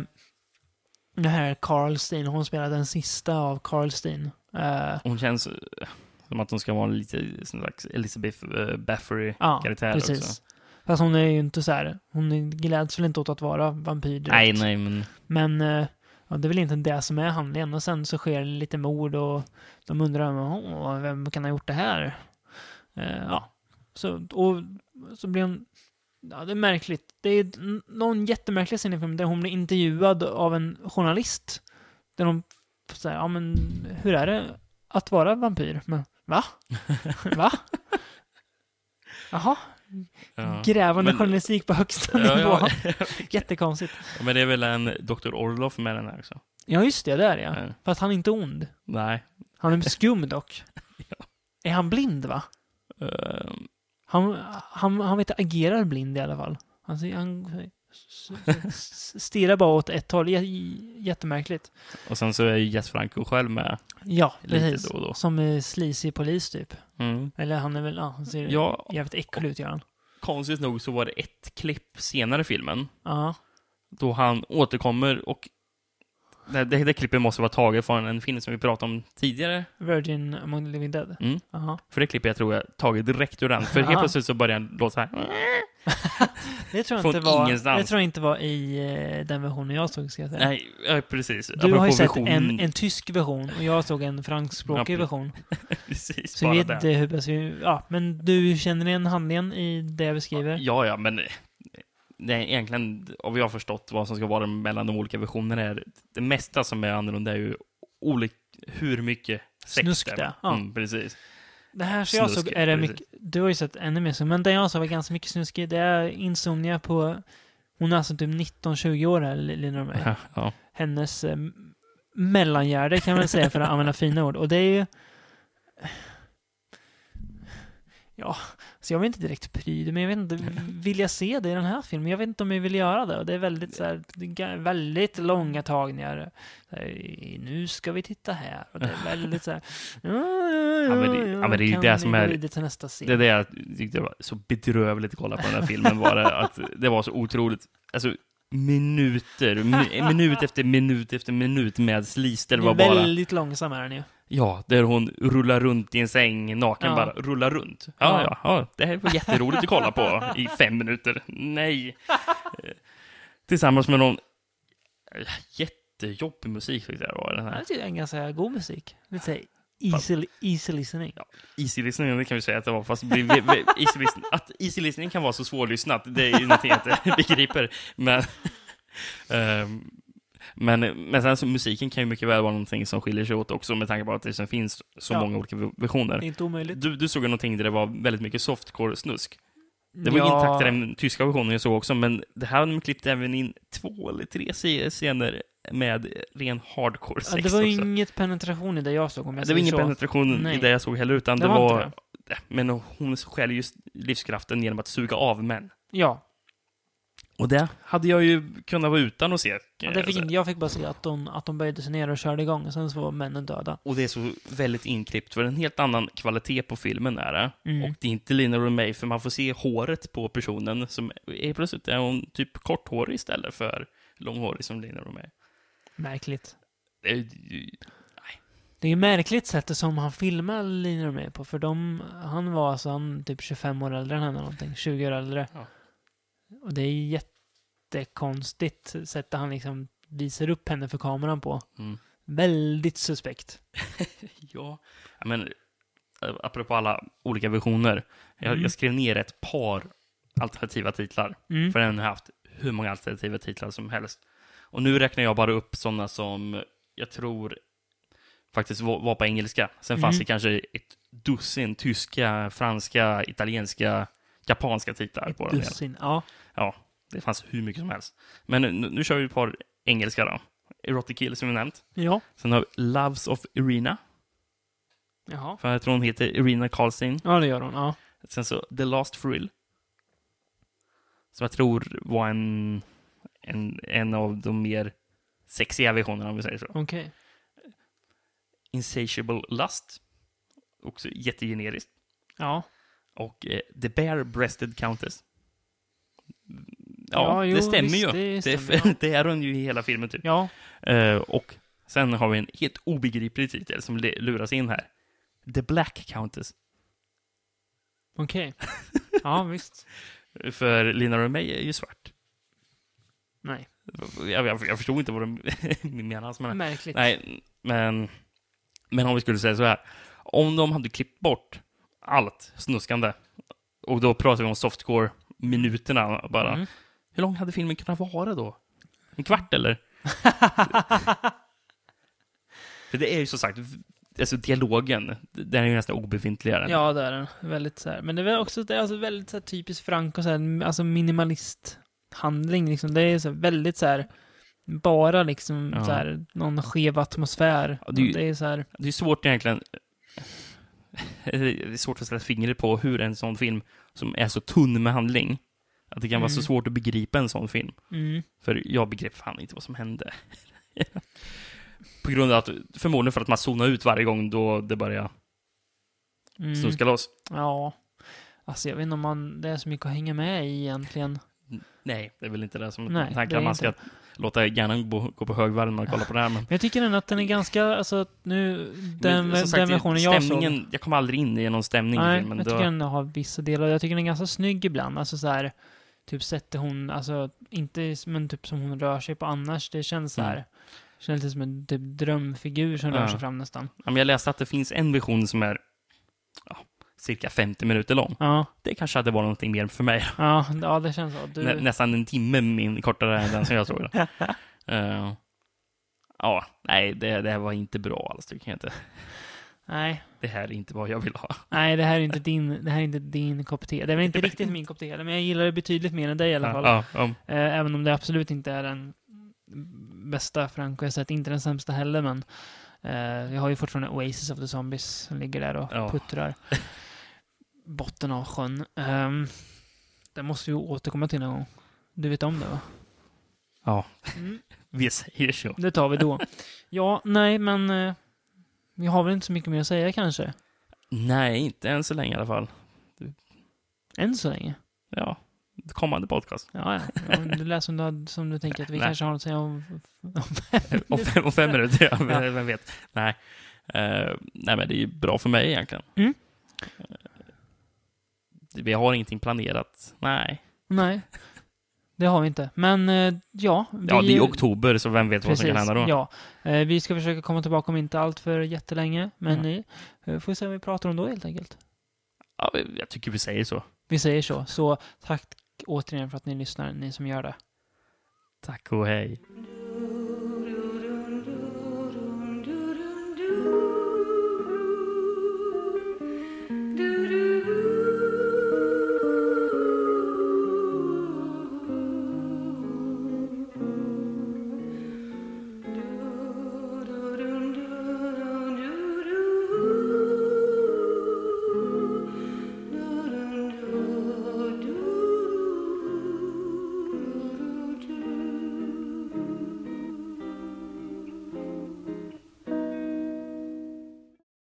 E: det här är Karlstein, hon spelar den sista av Karlstein. Eh,
F: Hon känns eh, som att hon ska vara en lite sån slags Elizabeth eh,
E: ja,
F: Baffery-karaktär
E: precis.
F: också.
E: Fast hon är ju inte så här, hon gläds väl inte åt att vara vampyr direkt.
F: Nej, nej, men
E: Men eh, ja, det är väl inte det som är handlingen. Och sen så sker lite mord och de undrar "Åh, vem kan ha gjort det här? Eh, ja, så, och, så blir hon... Ja, det är märkligt. Det är n- någon jättemärklig scen i filmen där hon blir intervjuad av en journalist. Där de säger, ja men hur är det att vara vampyr? Men, va? va? Jaha,
F: ja.
E: grävande
F: Men-
E: journalistik på högsta nivå.
F: Ja, ja.
E: Jättekonstigt.
F: Men det är väl en Dr. Orloff med den här också? Eh,
E: Ja, just det, där ja.
F: Ja.
E: Fast han är inte ond.
F: Nej.
E: Han är skum dock. Är han blind va?
F: Eh,
E: Han, han, han vet, agerar blind i alla fall. Han, ser- han s- s- stirrar bara åt ett håll. J- Jättemärkligt.
F: och sen så är ju Jess Franco själv med.
E: Ja,
F: Lite
E: precis.
F: då och då.
E: Som är sleazy polis typ.
F: Mm.
E: Eller han är väl, ja, han ser
F: Ja,
E: jävligt äcklig ut gör han.
F: konstigt nog så var det ett klipp senare i filmen
E: Ja,
F: då han återkommer och det, det, det klippet måste vara taget från en film som vi pratade om tidigare.
E: Virgin among the living dead.
F: Mm.
E: Aha.
F: För det klippet jag tror jag tagit direkt ur den. För helt
E: Aha.
F: plötsligt så börjar han låta så här.
E: Det tror jag
F: Från
E: inte var,
F: ingenstans.
E: jag tror jag inte var i eh, den versionen jag såg ska jag säga.
F: Nej, ja, precis.
E: du har ju
F: Apropå
E: sett
F: vision.
E: en, en tysk version och jag såg en franskspråkig
F: Ja,
E: version.
F: Precis,
E: Så
F: bara
E: vi vet
F: det.
E: inte hur pass vi... Ja, men du känner igen handlingen i det jag beskriver?
F: Ja, ja, men eh, det är egentligen, om jag har förstått vad som ska vara mellan de olika versionerna, är det mesta som är annorlunda är ju olik, hur mycket sex
E: Snusk
F: det är.
E: det, ja.
F: Mm, precis.
E: Det här som jag såg
F: Snuskigt,
E: är det
F: precis.
E: mycket... Du har ju sett ännu mer snusk, men den jag såg var ganska mycket snuskig. Det är Insomnia på... Hon är alltså typ 19-20 år här, Lina Romay.
F: Ja.
E: Hennes eh, mellangärde kan man säga för att använda fina ord. Och det är ju... Ja, så jag vill inte direkt pryd, men jag vet inte, vill jag se det i den här filmen? Jag vet inte om jag vill göra det. Och det är väldigt så här, det är ga- väldigt långa tagningar. Så här, i- nu ska vi titta här. Och det är väldigt så här... Ja,
F: men det- ja, men det är ju
E: kan
F: det som
E: ni gå
F: är-
E: vidare till nästa scen?
F: Det är det jag tyckte var så bedrövligt att kolla på den här filmen var det, att det var så otroligt, alltså minuter, mi- minut efter minut efter minut med slis, där det var
E: Ni är
F: bara,
E: väldigt långsam är ni.
F: ja, där hon rullar runt i en säng naken
E: Ja.
F: bara, rullar runt. Ja, ja, ja, det här var jätteroligt att kolla på i fem minuter. Nej. Eh, Tillsammans med någon eh, jättejobbig musik tyckte jag det var den
E: Det
F: här.
E: här är en ganska god musik. Lite såhär easy, easy listening.
F: Easy listening, det kan vi säga att det var, fast vi, vi, vi, easy listen, att easy listening kan vara så svårlyssnat, det är ju någonting jag inte begriper. Men, ehm, men, men sen så musiken kan ju mycket väl vara någonting som skiljer sig åt också med tanke på att det sen finns så
E: Ja.
F: många olika versioner.
E: Det är inte omöjligt.
F: Du, du såg ju någonting där det var väldigt mycket softcore-snusk. Det var ju
E: Ja.
F: intakt i den tyska versionen jag såg också, men det här har de klippt även in två eller tre se- scener med ren hardcore
E: Ja,
F: sex
E: det var ju
F: också.
E: inget penetration i det jag såg om jag
F: det var
E: säger
F: ingen
E: så.
F: penetration
E: Nej.
F: i det jag såg heller, utan
E: Det
F: det,
E: var inte
F: var... Nej, Men hon stjäl just livskraften genom att suga av män.
E: Ja,
F: Och det hade jag ju kunnat vara utan att se. kan
E: Ja,
F: jag
E: det fick
F: säga.
E: inte, jag fick bara se att de, att de böjde sig ner och körde igång och sen så var männen döda.
F: Och det är så väldigt inklippt, för en helt annan kvalitet på filmen är det.
E: Mm.
F: Och det är inte Lina Romay, för man får se håret på personen som är plötsligt är hon typ korthårig istället för långhårig som Lina Romay.
E: Märkligt.
F: Det är ju-
E: Det är ju märkligt sättet som han filmar Lina med på, för de, han var alltså han typ 25 år äldre än henne någonting, 20 år äldre.
F: Ja.
E: Och det är jättekonstigt sättet han liksom visar upp henne för kameran på.
F: Mm.
E: Väldigt suspekt.
F: Ja, Ja, men eh, apropå alla olika versioner. Jag,
E: Mm.
F: jag skrev ner ett par alternativa titlar.
E: Mm.
F: För den har haft hur många alternativa titlar som helst. Och nu räknar jag bara upp sådana som jag tror faktiskt var, var på engelska. Sen fanns
E: Mm.
F: det kanske ett dussin tyska, franska, italienska, japanska titlar på den.
E: Dussin. Ja.
F: Ja, det fanns hur mycket som helst. Men nu, nu kör vi ett par engelska då. Erotic Kill som vi nämnt.
E: Ja.
F: Sen har vi Loves of Irina.
E: Jaha.
F: För jag tror hon heter Irina Karlstein.
E: Ja, det gör hon. Ja.
F: Sen så The Last Thrill. Som jag tror var en, en, en av de mer sexiga versionerna om vi säger så.
E: Okej.
F: Insatiable Lust. Också jättegeneriskt.
E: Ja.
F: Och eh, The Bare Breasted Countess.
E: Ja,
F: Ja,
E: jo,
F: det stämmer
E: visst,
F: ju.
E: det
F: Det,
E: stämmer, ja.
F: det är hon ju i hela filmen typ.
E: Ja.
F: Eh, och sen har vi en helt obegriplig titel som le- luras in här. The Black Countess.
E: Okej. Ja, visst.
F: För Lina Romay är ju svart.
E: Nej.
F: Jag, jag, jag förstod inte vad de menas med det.
E: Märkligt.
F: Nej, men, men om vi skulle säga så här. Om de hade klippt bort allt snuskande, och då pratar vi om softcore-minuterna bara.
E: Mm.
F: Hur lång hade filmen kunnat vara då? En kvart eller? För det är ju som sagt, alltså dialogen, den är ju nästan obefintlig. är den.
E: Ja, det är den. Väldigt så här. Men det är väl också det är alltså väldigt så här, typiskt Frank och så här, alltså minimalist handling liksom. Det är så här, väldigt så här, bara liksom
F: Ja.
E: så här, någon skev atmosfär.
F: Ja,
E: det,
F: det är ju-
E: är så här,
F: Det är svårt egentligen. eh, Det är svårt att sätta fingret på hur en sån film som är så tunn med handling, att det kan vara så
E: Mm.
F: svårt att begripa en sån film.
E: mm,
F: För jag begrep fan inte vad som hände. på grund av att, förmodligen för att man zonar ut varje gång då det börjar
E: mm,
F: snuska loss.
E: Ja. Alltså jag vet inte om man, det är så mycket att hänga med i egentligen.
F: Nej, det är väl inte det som
E: Nej,
F: Nej,
E: det är
F: tanken. Man ska
E: inte.
F: låta hjärnan gå gå på högvarv när man kollar på det här. Men,
E: Men jag tycker ändå att den är ganska, alltså att nu, den,
F: men som sagt,
E: den versionen jag såg.
F: stämningen, jag kom aldrig in i någon stämning i
E: Nej,
F: filmen.
E: jag
F: Det
E: tycker
F: var-
E: den har vissa delar. Jag tycker den är ganska snygg ibland. Alltså så här, typ sättet hon, alltså inte, men typ som hon rör sig på annars. Det känns så här,
F: Mm.
E: känns lite som en typ drömfigur som rör
F: Ja.
E: sig fram nästan.
F: Ja, men jag läste att det finns en version som är ja, cirka 50 minuter lång.
E: Ja,
F: Det kanske hade varit någonting mer för mig.
E: ja, ja det känns så. Du,
F: Nä, nästan en timme min, kortare än den som jag såg. då. Eh, ja, nej, det, det här var inte bra alls, tycker jag inte.
E: nej,
F: Det här är inte vad jag vill ha.
E: nej, det här är inte din, det här är inte din kopp te. Det är väl inte riktigt min kopp te, men jag gillar det betydligt mer än dig i alla fall.
F: Ja, ja,
E: Eh, även om det absolut inte är den bästa Franco jag sett, inte den sämsta heller, men eh, jag har ju fortfarande Oasis of the Zombies som ligger där och
F: Ja.
E: puttrar. Botten av sjön. Um, den måste vi återkomma till någon gång. Du vet om det va?
F: ja,
E: Mm,
F: vi säger så.
E: det tar vi då. Ja, nej, men eh, vi har väl inte så mycket mer att säga kanske.
F: Nej, inte än så länge i alla fall.
E: Än så länge.
F: Ja, kommande podcast.
E: Ja, ja. ja. men Det lät som du, hade, som du tänker att vi
F: Nej.
E: kanske har något att säga om... om
F: Om fem, om fem minuter, ja, men vem vet. Nej. Eh, nej, men det är ju bra för mig egentligen.
E: Mm.
F: Eh, vi har ingenting planerat. Nej.
E: Nej, det har vi inte. Men eh, ja. Vi,
F: Ja, det är ju oktober, så vem vet vad som kan hända då?
E: Ja. Eh, Vi ska försöka komma tillbaka om inte allt för jättelänge. Men
F: Ja.
E: ni eh, får se vad vi pratar om då helt enkelt.
F: Ja, men jag tycker vi säger så.
E: Vi säger så. Så tack återigen för att ni lyssnar, ni som gör det.
F: Tack och hej.
G: Don't